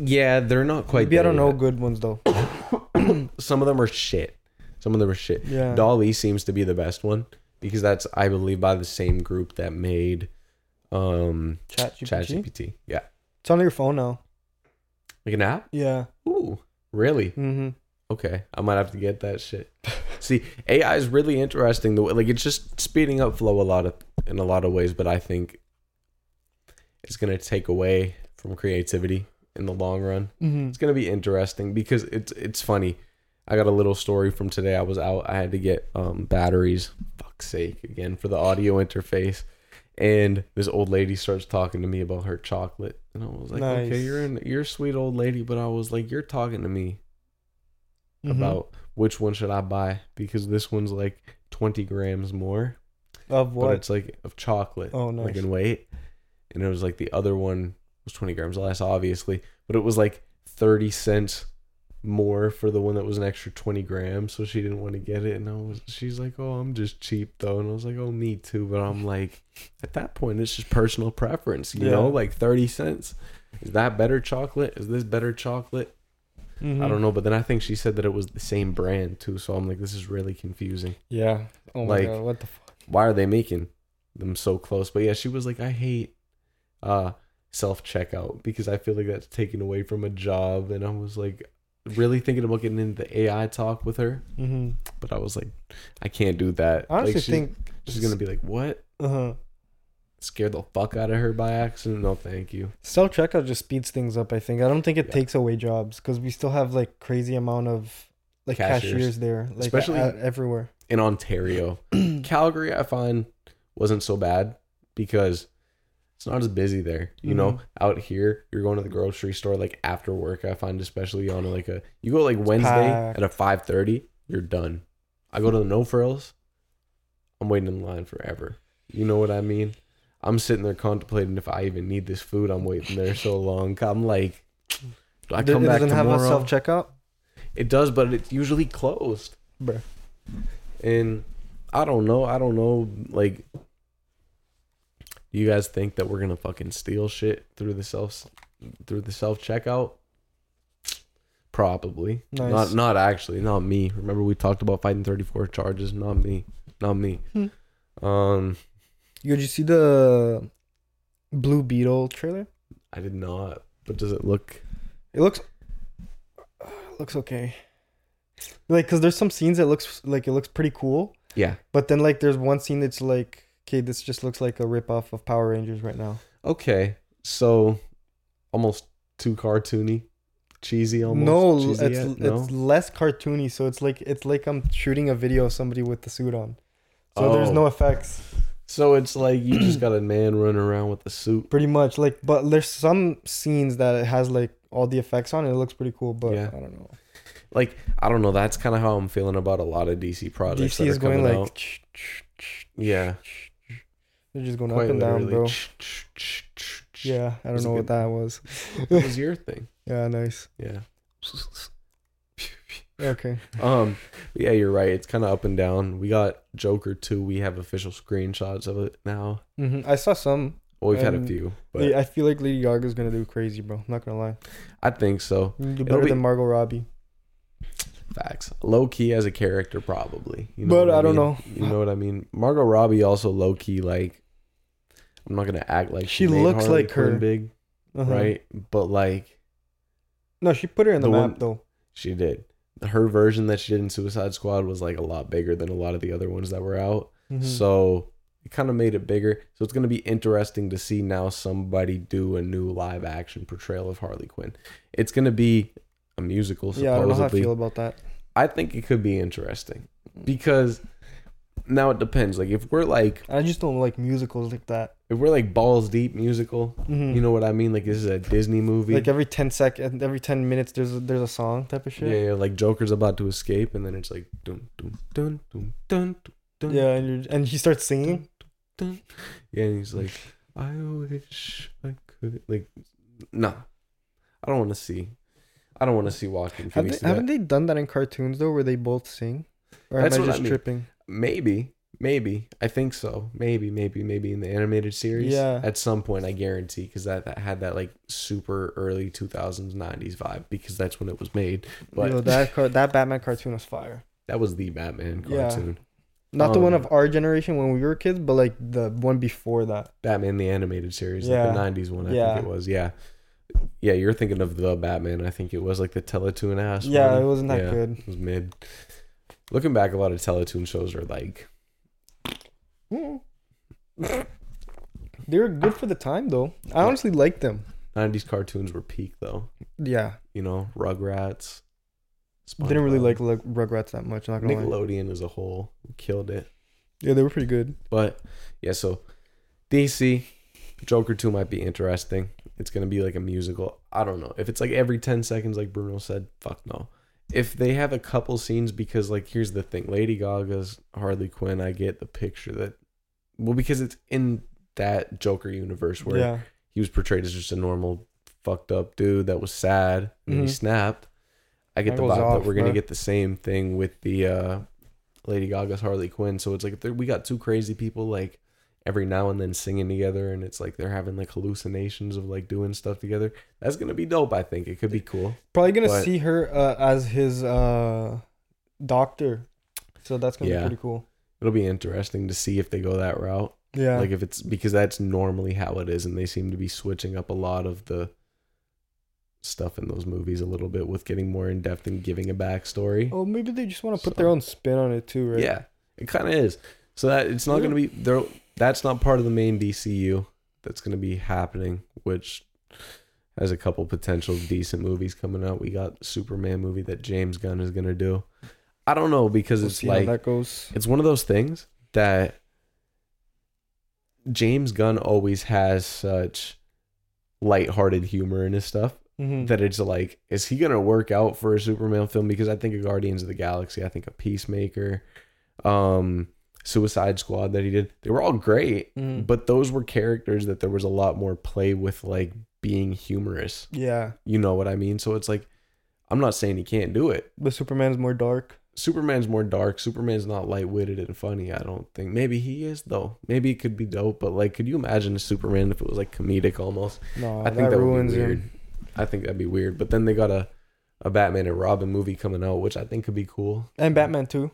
Speaker 2: yeah they're not quite
Speaker 1: Maybe I
Speaker 2: there
Speaker 1: don't know
Speaker 2: yet.
Speaker 1: good ones though.
Speaker 2: some of them are shit some of them are shit
Speaker 1: Yeah.
Speaker 2: Dolly seems to be the best one because that's I believe by the same group that made um
Speaker 1: Chat GPT.
Speaker 2: ChatGPT. Yeah.
Speaker 1: It's on your phone now.
Speaker 2: Like an app?
Speaker 1: Yeah.
Speaker 2: Ooh. Really?
Speaker 1: Mm-hmm.
Speaker 2: Okay. I might have to get that shit. See, AI is really interesting the way like it's just speeding up flow a lot of in a lot of ways, but I think it's gonna take away from creativity in the long run.
Speaker 1: Mm-hmm.
Speaker 2: It's gonna be interesting because it's it's funny. I got a little story from today. I was out. I had to get um, batteries. Fuck's sake again for the audio interface. And this old lady starts talking to me about her chocolate, and I was like, "Okay,
Speaker 1: Nice.
Speaker 2: you're an, you're a sweet old lady," but I was like, "You're talking to me
Speaker 1: Mm-hmm.
Speaker 2: about which one should I buy because this one's like 20 grams more,
Speaker 1: of
Speaker 2: but
Speaker 1: what?
Speaker 2: it's like of chocolate,
Speaker 1: Oh,
Speaker 2: like
Speaker 1: nice.
Speaker 2: in weight." And it was like the other one was 20 grams less, obviously, but it was like 30 cents more for the one that was an extra 20 grams so she didn't want to get it and i was she's like oh i'm just cheap though and i was like oh me too but i'm like at that point it's just personal preference you
Speaker 1: Yeah.
Speaker 2: know like 30 cents is that better chocolate is this better chocolate
Speaker 1: Mm.
Speaker 2: i
Speaker 1: Mm-hmm.
Speaker 2: don't know but then i think she said that it was the same brand too so i'm like this is really confusing
Speaker 1: Yeah. Oh my
Speaker 2: Like-
Speaker 1: god. What the fuck?
Speaker 2: why are they making them so close but yeah she was like i hate uh self checkout because i feel like that's taken away from a job and i was like really thinking about getting into the ai talk with her
Speaker 1: Mm-hmm.
Speaker 2: but I was like, I can't do that.
Speaker 1: I honestly
Speaker 2: like, she's,
Speaker 1: think.
Speaker 2: she's gonna be like, "What?"
Speaker 1: Uh-huh.
Speaker 2: Scared the fuck out of her by accident. No, thank you.
Speaker 1: Self checkout just speeds things up. I think. I don't think it
Speaker 2: Yeah.
Speaker 1: takes away jobs because we still have like crazy amount of like
Speaker 2: Cashiers.
Speaker 1: cashiers, there, like
Speaker 2: Especially-
Speaker 1: especially everywhere.
Speaker 2: In Ontario, Calgary, I find wasn't so bad because it's not as busy there. You
Speaker 1: Mm-hmm.
Speaker 2: know, out here, you're going to the grocery store like after work. I find especially on like a you go like Wednesday
Speaker 1: packed.
Speaker 2: at a five thirty, you're done. I go to the No Frills, I'm waiting in line forever. You know what I mean? I'm sitting there contemplating if I even need this food. I'm waiting there so long. I'm like, do I
Speaker 1: Th-
Speaker 2: come
Speaker 1: it
Speaker 2: back
Speaker 1: doesn't
Speaker 2: tomorrow?
Speaker 1: have a self checkout.
Speaker 2: It does, but it's usually closed.
Speaker 1: Bruh.
Speaker 2: And I don't know. I don't know. Like, do you guys think that we're gonna fucking steal shit through the self through the self checkout? Probably.
Speaker 1: Nice.
Speaker 2: Not not actually. Not me. Remember we talked about fighting thirty four charges. Not me. Not me.
Speaker 1: Hmm.
Speaker 2: Um,
Speaker 1: Yo, Did you see the Blue Beetle trailer?
Speaker 2: I did not. But does it look?
Speaker 1: It looks looks okay. like because there's some scenes that looks like it looks pretty cool,
Speaker 2: Yeah.
Speaker 1: but then like there's one scene that's like, okay, this just looks like a rip off of Power Rangers right now.
Speaker 2: Okay. So almost too cartoony, cheesy almost.
Speaker 1: no, it's
Speaker 2: cheesy yet? No?
Speaker 1: it's less cartoony, so it's like it's like I'm shooting a video of somebody with the suit on. So there's
Speaker 2: Oh.
Speaker 1: no effects,
Speaker 2: so it's like you just got a man running around with a suit.
Speaker 1: pretty much. Like, but there's some scenes that it has like all the effects on. it. It looks pretty cool, but
Speaker 2: Yeah.
Speaker 1: I don't know.
Speaker 2: Like I don't know. That's kind of how I'm feeling about a lot of DC projects.
Speaker 1: DC
Speaker 2: that
Speaker 1: is
Speaker 2: are
Speaker 1: going
Speaker 2: coming
Speaker 1: like,
Speaker 2: out. yeah,
Speaker 1: they're just going
Speaker 2: quite
Speaker 1: up and down,
Speaker 2: literally.
Speaker 1: bro. Yeah, I don't
Speaker 2: It's a
Speaker 1: know what
Speaker 2: good-
Speaker 1: that was.
Speaker 2: that was your thing.
Speaker 1: Yeah, nice.
Speaker 2: Yeah.
Speaker 1: Okay.
Speaker 2: Um. Yeah, you're right. It's kind of up and down. We got Joker two. We have official screenshots of it now.
Speaker 1: hmm I saw some.
Speaker 2: Well, we've had a
Speaker 1: And
Speaker 2: few, but
Speaker 1: Yeah, I feel like Lady Gaga's gonna do crazy, bro. I'm not gonna lie.
Speaker 2: I think so.
Speaker 1: You can do
Speaker 2: It'll
Speaker 1: better
Speaker 2: be-
Speaker 1: than Margot Robbie.
Speaker 2: Facts. Low key as a character, probably. You
Speaker 1: But
Speaker 2: what
Speaker 1: I don't
Speaker 2: mean?
Speaker 1: know.
Speaker 2: You know what I mean? Margot Robbie also low key like. I'm not gonna act like
Speaker 1: She
Speaker 2: made
Speaker 1: looks
Speaker 2: Harley
Speaker 1: like her,
Speaker 2: Quinn big,
Speaker 1: Uh-huh.
Speaker 2: right? But like
Speaker 1: No, she put her in the,
Speaker 2: The
Speaker 1: map
Speaker 2: one-
Speaker 1: though.
Speaker 2: she did. Her version that she did in Suicide Squad was like a lot bigger than a lot of the other ones that were out.
Speaker 1: Mhm.
Speaker 2: So it kind of made it bigger. So it's going to be interesting to see now somebody do a new live action portrayal of Harley Quinn. It's going to be a musical, supposedly.
Speaker 1: yeah, I don't know how I feel about that.
Speaker 2: I think it could be interesting because now it depends. Like if we're like
Speaker 1: I just don't like musicals like that.
Speaker 2: if we're like balls deep musical,
Speaker 1: Mhm.
Speaker 2: you know what I mean? Like this is a Disney movie.
Speaker 1: like uh, every ten second, every ten minutes, there's a, there's a song type of
Speaker 2: yeah,
Speaker 1: shit.
Speaker 2: yeah, like Joker's about to escape, and then it's like dun dun dun dun dun
Speaker 1: Yeah,
Speaker 2: dun.
Speaker 1: and you're, and she starts singing.
Speaker 2: dun. Yeah, and he's like, I wish I could. Like, no, I don't want to see. I don't want to see Walking
Speaker 1: Have
Speaker 2: Phoenix.
Speaker 1: they,
Speaker 2: do that.
Speaker 1: haven't they done that in cartoons though, where they both sing? Or
Speaker 2: That's
Speaker 1: am I
Speaker 2: what I
Speaker 1: just
Speaker 2: mean.
Speaker 1: tripping?
Speaker 2: Maybe, maybe. I think so. Maybe, maybe, maybe in the animated series.
Speaker 1: Yeah.
Speaker 2: At some point, I guarantee, because that, that had that like super early 2000s, 90s vibe, because that's when it was made. But
Speaker 1: Yo,
Speaker 2: that
Speaker 1: that car- that Batman cartoon was fire.
Speaker 2: was the Batman
Speaker 1: Yeah.
Speaker 2: cartoon.
Speaker 1: Not the one
Speaker 2: Um,
Speaker 1: of our generation when we were kids, but like the one before that.
Speaker 2: Batman the animated series,
Speaker 1: Yeah.
Speaker 2: like the 90s one, I
Speaker 1: Yeah.
Speaker 2: think it was. Yeah. Yeah, you're thinking of the Batman. I think it was like the Teletoon ass.
Speaker 1: Yeah,
Speaker 2: one.
Speaker 1: it wasn't that
Speaker 2: Yeah.
Speaker 1: good.
Speaker 2: It was mid. Looking back, a lot of Teletoon shows are like,
Speaker 1: Mm. they were good for the time though. I honestly liked them.
Speaker 2: 90s cartoons were peak, though.
Speaker 1: Yeah,
Speaker 2: You know, Rugrats.
Speaker 1: didn't really
Speaker 2: SpongeBob.
Speaker 1: like Lu- Rugrats that much. Not gonna lie.
Speaker 2: Nickelodeon as a whole killed it.
Speaker 1: Yeah, they were pretty good.
Speaker 2: But yeah, so DC Joker 2 might be interesting. It's going to be like a musical. I don't know. If it's like every 10 seconds like Bruno said, fuck no. If they have a couple scenes because like here's the thing. Lady Gaga's Harley Quinn, I get the picture that well because it's in that Joker universe where
Speaker 1: Yeah,
Speaker 2: he was portrayed as just a normal fucked up dude that was sad and he
Speaker 1: Mhm.
Speaker 2: snapped. I get
Speaker 1: That
Speaker 2: the
Speaker 1: goes
Speaker 2: vibe
Speaker 1: off,
Speaker 2: that we're gonna
Speaker 1: bro.
Speaker 2: get the same thing with the uh, Lady Gaga's Harley Quinn. So it's like if there- we got two crazy people like every now and then singing together, and it's like they're having like hallucinations of like doing stuff together. That's gonna be dope. I think it could be cool.
Speaker 1: probably gonna
Speaker 2: But-
Speaker 1: see her uh, as his uh, doctor, so that's gonna
Speaker 2: Yeah.
Speaker 1: be pretty cool.
Speaker 2: It'll be interesting to see if they go that route.
Speaker 1: Yeah,
Speaker 2: Like if it's because that's normally how it is, and they seem to be switching up a lot of the stuff in those movies a little bit with getting more in depth and giving a backstory.
Speaker 1: oh, maybe they just want to put their
Speaker 2: So-
Speaker 1: own spin on it too, right?
Speaker 2: Yeah, it kind of is. So that it's not
Speaker 1: Yeah.
Speaker 2: going to be there. That's not part of the main DCU. That's going to be happening, which has a couple potential decent movies coming out. We got Superman movie that James Gunn is going to do. I don't know because
Speaker 1: We'll
Speaker 2: it's
Speaker 1: see
Speaker 2: like
Speaker 1: how that goes.
Speaker 2: it's one of those things that James Gunn always has such lighthearted humor in his stuff
Speaker 1: Mhm.
Speaker 2: that it's like, is he gonna work out for a Superman film? Because I think of Guardians of the Galaxy, I think of Peacemaker, um, Suicide Squad that he did. They were all great,
Speaker 1: Mhm.
Speaker 2: but those were characters that there was a lot more play with, like being humorous.
Speaker 1: yeah,
Speaker 2: You know what I mean? So it's like, I'm not saying he can't do it.
Speaker 1: but Superman's more dark.
Speaker 2: Superman's more dark. Superman's not light witted and funny. I don't think. Maybe he is though. Maybe it could be dope. But like, could you imagine Superman if it was like comedic almost?
Speaker 1: No,
Speaker 2: I think that,
Speaker 1: Oh, that
Speaker 2: would
Speaker 1: ruins
Speaker 2: be weird.
Speaker 1: him.
Speaker 2: I think that'd be weird. But then they got a, a Batman and Robin movie coming out, which I think could be cool.
Speaker 1: And Batman too.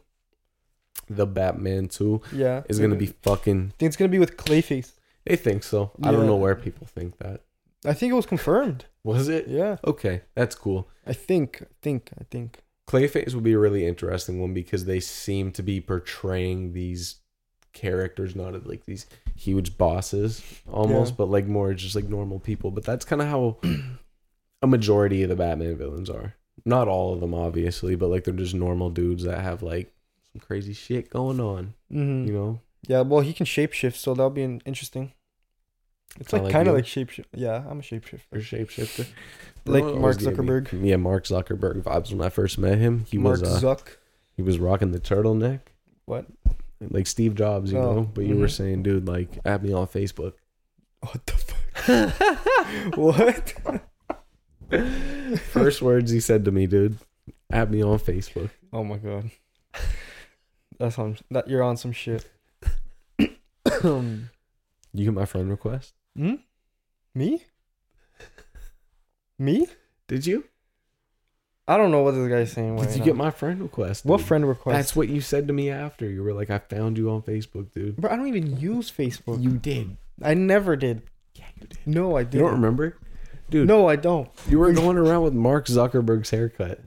Speaker 2: The Batman Two
Speaker 1: Yeah,
Speaker 2: is gonna be fucking.
Speaker 1: I think it's gonna be with Clayface.
Speaker 2: They think so. I don't
Speaker 1: Yeah.
Speaker 2: know where people think that.
Speaker 1: I think it was confirmed.
Speaker 2: Was it?
Speaker 1: Yeah,
Speaker 2: Okay, that's cool.
Speaker 1: I think, I think, I think.
Speaker 2: Clayface would be a really interesting one because they seem to be portraying these characters not as like these huge bosses almost,
Speaker 1: Yeah.
Speaker 2: but like more just like normal people. But that's kind of how a majority of the Batman villains are. Not all of them, obviously, but like they're just normal dudes that have like some crazy shit going on.
Speaker 1: Mm-hmm.
Speaker 2: You know,
Speaker 1: Yeah, well, he can shapeshift, so that'll be an interesting. It's
Speaker 2: Kinda
Speaker 1: like
Speaker 2: like
Speaker 1: kind of
Speaker 2: you.
Speaker 1: like shapeshift. Yeah, I'm a shapeshifter.
Speaker 2: or shapeshifter.
Speaker 1: Like
Speaker 2: Always
Speaker 1: Mark
Speaker 2: gave me-
Speaker 1: Zuckerberg.
Speaker 2: Yeah, Mark Zuckerberg vibes when I first met him. He
Speaker 1: Mark
Speaker 2: was uh,
Speaker 1: Zuck.
Speaker 2: he was rocking the turtleneck.
Speaker 1: What?
Speaker 2: Like Steve Jobs, you
Speaker 1: Oh,
Speaker 2: know. But you were
Speaker 1: mhm.
Speaker 2: saying, dude, like add me on Facebook.
Speaker 1: What the fuck? what?
Speaker 2: First words he said to me, dude, add me on Facebook.
Speaker 1: Oh my god. That's on that you're on some shit.
Speaker 2: You get my friend request.
Speaker 1: Hmm? Me? Me?
Speaker 2: Did you?
Speaker 1: I don't know what this guy's saying.
Speaker 2: Did
Speaker 1: right
Speaker 2: you
Speaker 1: now.
Speaker 2: get my friend request?
Speaker 1: what
Speaker 2: dude?
Speaker 1: friend request?
Speaker 2: That's what you said to me after. You were like, I found you on Facebook, dude.
Speaker 1: Bro, I don't even use Facebook.
Speaker 2: You did.
Speaker 1: I never did.
Speaker 2: Yeah, you did.
Speaker 1: No, I
Speaker 2: You
Speaker 1: didn't.
Speaker 2: don't remember? Dude,
Speaker 1: No, I don't.
Speaker 2: you were going around with Mark Zuckerberg's haircut.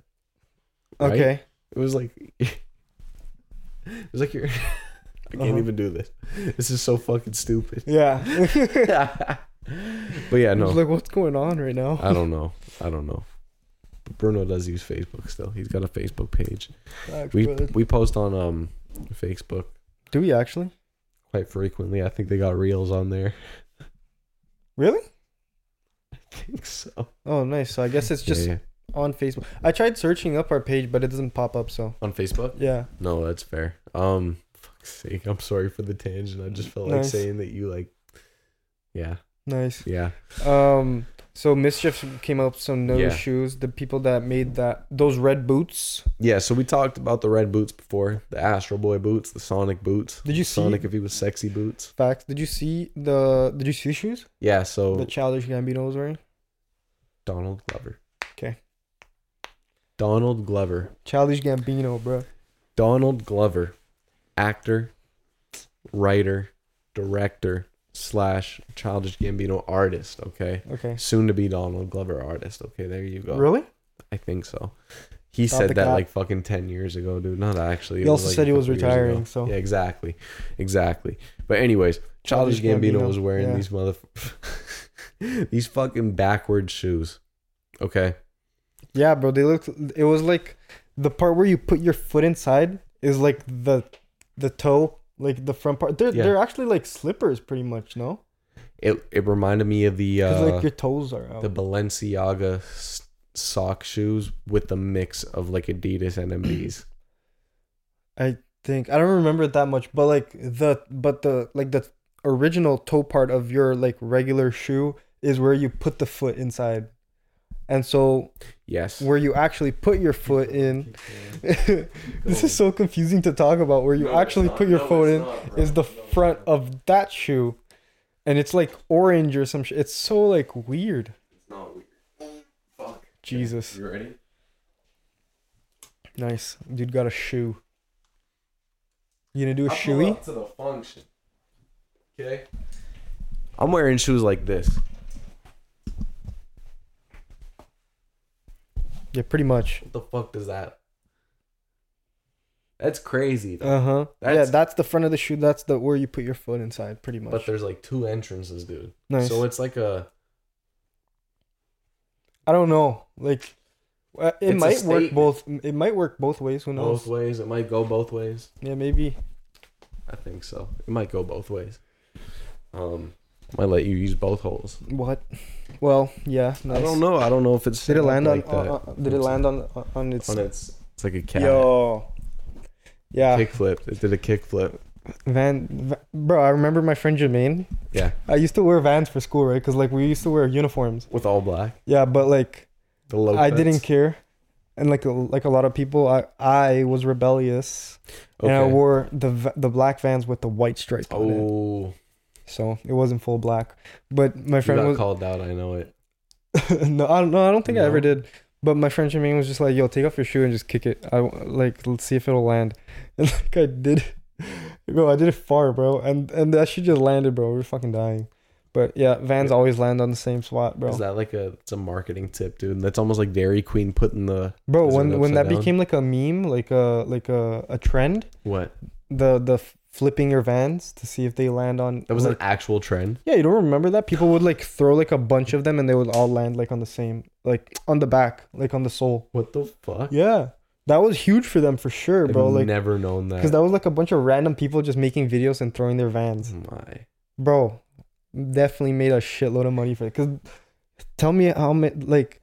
Speaker 2: Right?
Speaker 1: Okay.
Speaker 2: It was like it was like your I can't
Speaker 1: Uh-huh.
Speaker 2: even do this. This is so fucking stupid.
Speaker 1: Yeah.
Speaker 2: but yeah,
Speaker 1: I was
Speaker 2: no.
Speaker 1: like, what's going on right now?
Speaker 2: I don't know. I don't know. But Bruno does use Facebook still. He's got a Facebook page.
Speaker 1: Fuck,
Speaker 2: We
Speaker 1: brother.
Speaker 2: we post on um Facebook
Speaker 1: Do we actually?
Speaker 2: quite frequently. I think they got reels on there.
Speaker 1: Really?
Speaker 2: I think so.
Speaker 1: Oh, nice. So I guess it's just
Speaker 2: Yeah, yeah.
Speaker 1: on Facebook. I tried searching up our page, but it doesn't pop up. So
Speaker 2: on Facebook.
Speaker 1: yeah,
Speaker 2: No, that's fair. Um, fuck's sake. I'm sorry for the tangent. I just felt like
Speaker 1: Nice.
Speaker 2: saying that you like. Yeah,
Speaker 1: nice.
Speaker 2: yeah.
Speaker 1: Um, so mischief came up with some no
Speaker 2: Yeah.
Speaker 1: shoes. The people that made that those red boots.
Speaker 2: Yeah, so we talked about the red boots before, the Astro Boy boots, the Sonic boots.
Speaker 1: Did you see-
Speaker 2: Sonic if he was sexy boots?
Speaker 1: Facts. Did you see the? Did you see shoes?
Speaker 2: Yeah, so
Speaker 1: The childish Gambino was wearing.
Speaker 2: Donald Glover.
Speaker 1: 'Kay.
Speaker 2: Donald Glover.
Speaker 1: Childish Gambino, bro.
Speaker 2: Donald Glover, actor, writer, director, slash childish Gambino artist, okay?
Speaker 1: Okay.
Speaker 2: Soon to be Donald Glover artist, okay? There you go.
Speaker 1: Really?
Speaker 2: I think so. He
Speaker 1: Stop the
Speaker 2: said that
Speaker 1: cap.
Speaker 2: like fucking ten years ago, dude. Not actually. It
Speaker 1: He
Speaker 2: was,
Speaker 1: also
Speaker 2: like,
Speaker 1: said
Speaker 2: a
Speaker 1: he was
Speaker 2: couple years ago.
Speaker 1: retiring, so-
Speaker 2: yeah, exactly, exactly. But anyways, Childish
Speaker 1: Childish
Speaker 2: Gambino,
Speaker 1: Gambino,
Speaker 2: was wearing
Speaker 1: yeah.
Speaker 2: these mother, these fucking backward shoes. Okay,
Speaker 1: Yeah, bro. They look. It was like the part where you put your foot inside is like the the toe, like the front part. They're
Speaker 2: Yeah.
Speaker 1: they're actually like slippers, pretty much. No,
Speaker 2: it it reminded me of the
Speaker 1: because
Speaker 2: uh,
Speaker 1: like your toes are out.
Speaker 2: the Balenciaga s- sock shoes with the mix of like Adidas and MBs.
Speaker 1: I think I don't remember it that much, but like the but the like the original toe part of your like regular shoe is where you put the foot inside. And so
Speaker 2: yes,
Speaker 1: where you actually put your foot in This is so confusing to talk about where you actually put your foot in is the front of that shoe. And it's like orange or some shit. It's so like weird. Jesus.
Speaker 2: you ready?
Speaker 1: Nice. Dude got a shoe. You gonna do a shoey?
Speaker 2: to the function. Okay. I'm wearing shoes like this.
Speaker 1: Yeah, pretty much.
Speaker 2: What the fuck does that? That's crazy. Though.
Speaker 1: Uh huh. Yeah,
Speaker 2: That's-
Speaker 1: that's the front of the shoe. That's the where you put your foot inside, pretty much.
Speaker 2: but there's like two entrances, dude.
Speaker 1: nice.
Speaker 2: So it's like a.
Speaker 1: I don't know. Like, uh, it
Speaker 2: It's a
Speaker 1: might work
Speaker 2: statement.
Speaker 1: both. It might work both ways. Who knows?
Speaker 2: Both ways. It might go both ways.
Speaker 1: Yeah, maybe.
Speaker 2: I think so. It might go both ways. Um, might let you use both holes.
Speaker 1: What? Well, yeah. Nice.
Speaker 2: I don't know. I don't know if it's
Speaker 1: Did it
Speaker 2: set up
Speaker 1: land on?
Speaker 2: like
Speaker 1: on-
Speaker 2: that.
Speaker 1: on- did it land on on- on its?
Speaker 2: on its? It's like a cat
Speaker 1: Yo. uh, Yeah,
Speaker 2: kick flip. It did a kick flip.
Speaker 1: Van, Va- Bro, I remember my friend Jermaine.
Speaker 2: Yeah,
Speaker 1: I used to wear Vans for school, right? Because like we used to wear uniforms.
Speaker 2: with all black.
Speaker 1: Yeah, but like
Speaker 2: The low.
Speaker 1: I didn't
Speaker 2: cuts.
Speaker 1: care, and like like a lot of people, I I was rebellious. and I wore the v- the black Vans with the white stripe on it,
Speaker 2: Oh,
Speaker 1: so it wasn't full black. But my
Speaker 2: you got
Speaker 1: friend was
Speaker 2: called out. I know it.
Speaker 1: no, I don't, no, I don't think I ever
Speaker 2: No?
Speaker 1: did. But my friend Jermaine was just like, "Yo, take off your shoe and just kick it. I w- like let's see if it'll land." And like I did, it. bro, I did it far, bro, and and that shit just landed, bro. We were fucking dying. But yeah, vans always land on the same spot, bro.
Speaker 2: Is that like a it's a marketing tip, dude? That's almost like Dairy Queen putting the
Speaker 1: bro,
Speaker 2: is it
Speaker 1: when when
Speaker 2: upside
Speaker 1: that
Speaker 2: down?
Speaker 1: became like a meme, like a like a, a trend,
Speaker 2: what?
Speaker 1: the the f- flipping your vans to see if they land on.
Speaker 2: That was an
Speaker 1: like-
Speaker 2: actual trend.
Speaker 1: yeah, you don't remember that? People would like throw like a bunch of them, and they would all land like on the same, like on the back, like on the sole.
Speaker 2: What the fuck?
Speaker 1: Yeah, that was huge for them for sure,
Speaker 2: I've
Speaker 1: bro. Like
Speaker 2: never known that.
Speaker 1: because that was like a bunch of random people just making videos and throwing their vans.
Speaker 2: Oh my.
Speaker 1: bro definitely made a shitload of money for it because tell me how many like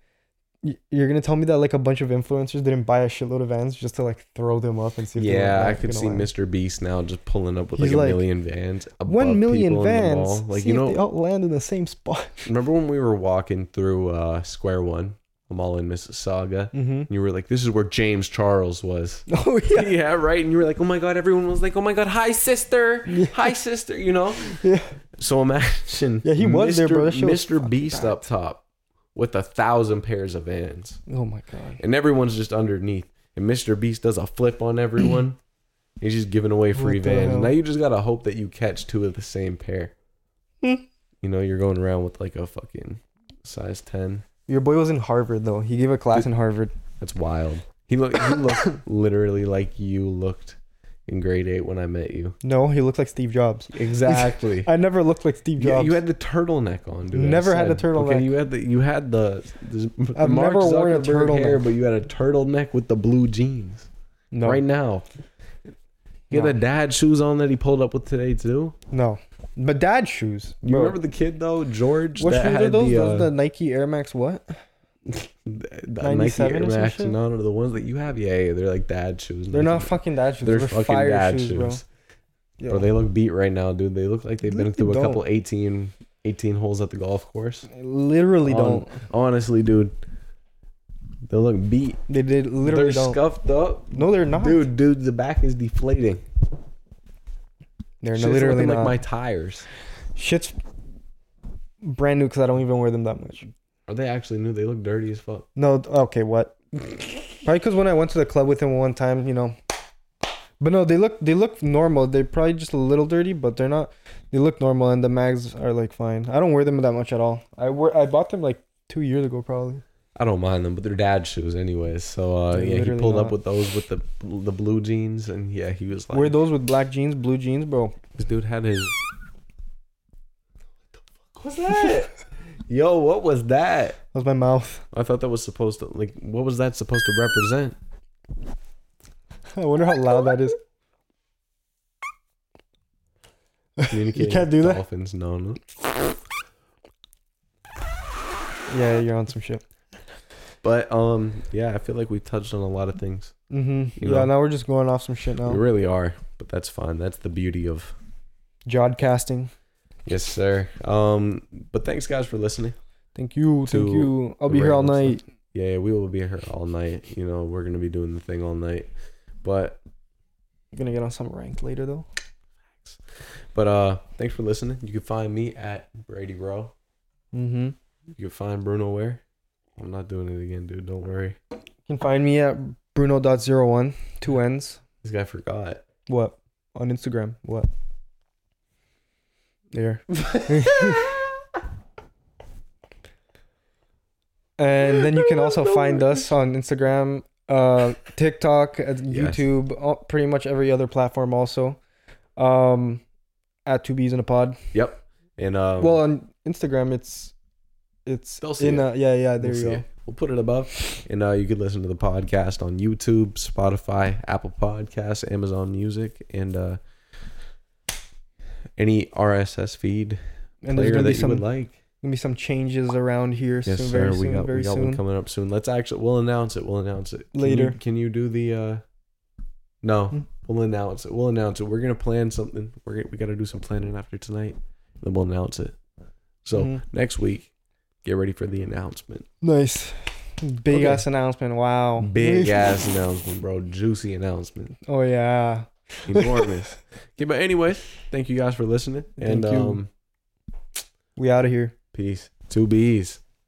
Speaker 1: y- you're gonna tell me that like a bunch of influencers didn't buy a shitload of vans just to like throw them up and see if they were
Speaker 2: Yeah, I
Speaker 1: like
Speaker 2: could
Speaker 1: gonna
Speaker 2: see
Speaker 1: land.
Speaker 2: Mr. Beast now just pulling up with like
Speaker 1: He's
Speaker 2: a
Speaker 1: like,
Speaker 2: million vans. above
Speaker 1: one million
Speaker 2: people in the
Speaker 1: vans
Speaker 2: mall."
Speaker 1: like
Speaker 2: Like
Speaker 1: see
Speaker 2: you
Speaker 1: if
Speaker 2: know,
Speaker 1: they all land in the same spot
Speaker 2: remember when we were walking through uh Square One, a mall in Mississauga,
Speaker 1: mm-hmm.
Speaker 2: and you were like, "This is where James Charles was."
Speaker 1: oh yeah
Speaker 2: yeah, right. And you were like, "Oh my god!" Everyone was like, "Oh my god, hi sister, hi sister," you know.
Speaker 1: yeah
Speaker 2: So imagine,
Speaker 1: Yeah, he was there, bro. That shit was
Speaker 2: Mr. Beast up top with a thousand pairs of vans,
Speaker 1: oh my god
Speaker 2: and everyone's just underneath. And Mr. Beast does a flip on everyone. He's just giving away free
Speaker 1: What the
Speaker 2: vans.
Speaker 1: hell?
Speaker 2: Now you just gotta hope that you catch two of the same pair.
Speaker 1: Hmm.
Speaker 2: you know, you're going around with like a fucking size ten.
Speaker 1: your boy was in harvard though he gave a class in harvard
Speaker 2: That's wild. He looked, he looked literally like you looked in grade eight when I met you.
Speaker 1: no he looked like steve jobs
Speaker 2: Exactly.
Speaker 1: i never looked like steve
Speaker 2: Yeah,
Speaker 1: jobs
Speaker 2: you had the turtleneck on, dude. I
Speaker 1: Never had a
Speaker 2: said.
Speaker 1: turtleneck.
Speaker 2: you had the you had the. the
Speaker 1: I've
Speaker 2: Mark
Speaker 1: never worn a
Speaker 2: Zuckerberg hair,
Speaker 1: turtleneck.
Speaker 2: but you had a turtleneck with the blue jeans.
Speaker 1: no
Speaker 2: Right now, you had
Speaker 1: No.
Speaker 2: the dad shoes on that he pulled up with today too.
Speaker 1: no but dad shoes
Speaker 2: You
Speaker 1: bro.
Speaker 2: remember the kid though, George?
Speaker 1: what
Speaker 2: that
Speaker 1: shoes are
Speaker 2: had
Speaker 1: those
Speaker 2: The,
Speaker 1: those
Speaker 2: uh,
Speaker 1: are the nike air max what
Speaker 2: the, the
Speaker 1: 97
Speaker 2: Nike
Speaker 1: or
Speaker 2: Air
Speaker 1: some
Speaker 2: Max.
Speaker 1: shit?
Speaker 2: No, no, the ones that you have. Yeah, yeah, they're like dad shoes.
Speaker 1: They're not
Speaker 2: Nike-
Speaker 1: fucking dad shoes.
Speaker 2: They're
Speaker 1: They're,
Speaker 2: fucking
Speaker 1: fire
Speaker 2: dad
Speaker 1: shoes,
Speaker 2: shoes.
Speaker 1: bro.
Speaker 2: Bro, they look beat right now, dude. They look like they've been
Speaker 1: Look,
Speaker 2: through a
Speaker 1: they
Speaker 2: couple 18, 18 holes at the golf course.
Speaker 1: They literally
Speaker 2: Hon-
Speaker 1: don't.
Speaker 2: Honestly, dude, they look beat.
Speaker 1: They did literally
Speaker 2: they're
Speaker 1: don't.
Speaker 2: scuffed up,
Speaker 1: no, they're not.
Speaker 2: dude. Dude, the back is deflating.
Speaker 1: they're
Speaker 2: Shit's
Speaker 1: no, literally
Speaker 2: looking
Speaker 1: not.
Speaker 2: like my tires.
Speaker 1: Shit's brand new because I don't even wear them that much.
Speaker 2: Are they actually new? They look dirty as fuck.
Speaker 1: No, th- okay, what? probably because when I went to the club with him one time, you know. But no, they look they look normal. They're probably just a little dirty, but they're not. They look normal, and the mags are like fine. I don't wear them that much at all. I wear I bought them like two years ago, probably.
Speaker 2: I don't mind them, but they're dad shoes, anyways. So uh,
Speaker 1: They're
Speaker 2: yeah, he
Speaker 1: literally
Speaker 2: pulled up
Speaker 1: not.
Speaker 2: with those with the the blue jeans, and yeah, he was like,
Speaker 1: wear those with black jeans, blue jeans, bro.
Speaker 2: This dude had his. What the fuck was that? Yo, what was that?
Speaker 1: That's my mouth.
Speaker 2: I thought that was supposed to like. What was that supposed to represent?
Speaker 1: I wonder how loud that is.
Speaker 2: Communicating
Speaker 1: can't
Speaker 2: with
Speaker 1: do that?
Speaker 2: Dolphins, no, no.
Speaker 1: Yeah, you're on some shit.
Speaker 2: But um, yeah, I feel like we touched on a lot of things.
Speaker 1: Mm-hmm.
Speaker 2: You
Speaker 1: Yeah,
Speaker 2: know?
Speaker 1: now we're just going off some shit now.
Speaker 2: We really are, but that's fine. That's the beauty of
Speaker 1: Jodcasting.
Speaker 2: yes, sir. Um, but thanks guys for listening.
Speaker 1: Thank you, thank
Speaker 2: To
Speaker 1: you. I'll
Speaker 2: the
Speaker 1: be here all
Speaker 2: random
Speaker 1: night.
Speaker 2: stuff. Yeah, we will be here all night. You know, we're gonna be doing the thing all night. But
Speaker 1: I'm gonna get on some ranked later though.
Speaker 2: but uh, thanks for listening. You can find me at Brady Bro.
Speaker 1: Mm-hmm. You
Speaker 2: You can find Bruno where? I'm not doing it again, dude. Don't worry.
Speaker 1: can find me at Bruno.01, two N's.
Speaker 2: This guy forgot.
Speaker 1: What? On Instagram. What? There. and then you can also find us on Instagram, uh, TikTok, at
Speaker 2: Yes.
Speaker 1: YouTube, all, pretty much every other platform also. Um, at two bees in a pod.
Speaker 2: Yep. And um,
Speaker 1: well, on Instagram, it's it's
Speaker 2: They'll see
Speaker 1: in
Speaker 2: it.
Speaker 1: a, yeah yeah there
Speaker 2: We'll
Speaker 1: you
Speaker 2: see
Speaker 1: go.
Speaker 2: it. We'll put it above, and uh, you can listen to the podcast on YouTube, Spotify, Apple Podcasts, Amazon Music, and uh, any RSS feed
Speaker 1: And there's
Speaker 2: player
Speaker 1: gonna be
Speaker 2: that you
Speaker 1: some
Speaker 2: would like.
Speaker 1: gonna be some changes around here
Speaker 2: Yes,
Speaker 1: soon,
Speaker 2: sir.
Speaker 1: very
Speaker 2: we
Speaker 1: soon,
Speaker 2: got
Speaker 1: very
Speaker 2: we got
Speaker 1: soon.
Speaker 2: one coming up soon. Let's actually we'll announce it. We'll announce it Can you-
Speaker 1: Later.
Speaker 2: Can you, do the? uh No,
Speaker 1: Hmm.
Speaker 2: we'll announce it. We'll announce it. We're gonna plan something. We're gonna, we got to do some planning after tonight. Then we'll announce it. So
Speaker 1: Mhm.
Speaker 2: next week, get ready for the announcement.
Speaker 1: Nice, big
Speaker 2: Okay.
Speaker 1: ass announcement. Wow,
Speaker 2: Big ass announcement, bro. Juicy announcement.
Speaker 1: Oh yeah.
Speaker 2: Enormous. okay, but anyways, thank you guys for listening. And
Speaker 1: Thank you.
Speaker 2: um
Speaker 1: We out of here.
Speaker 2: peace. Two B's.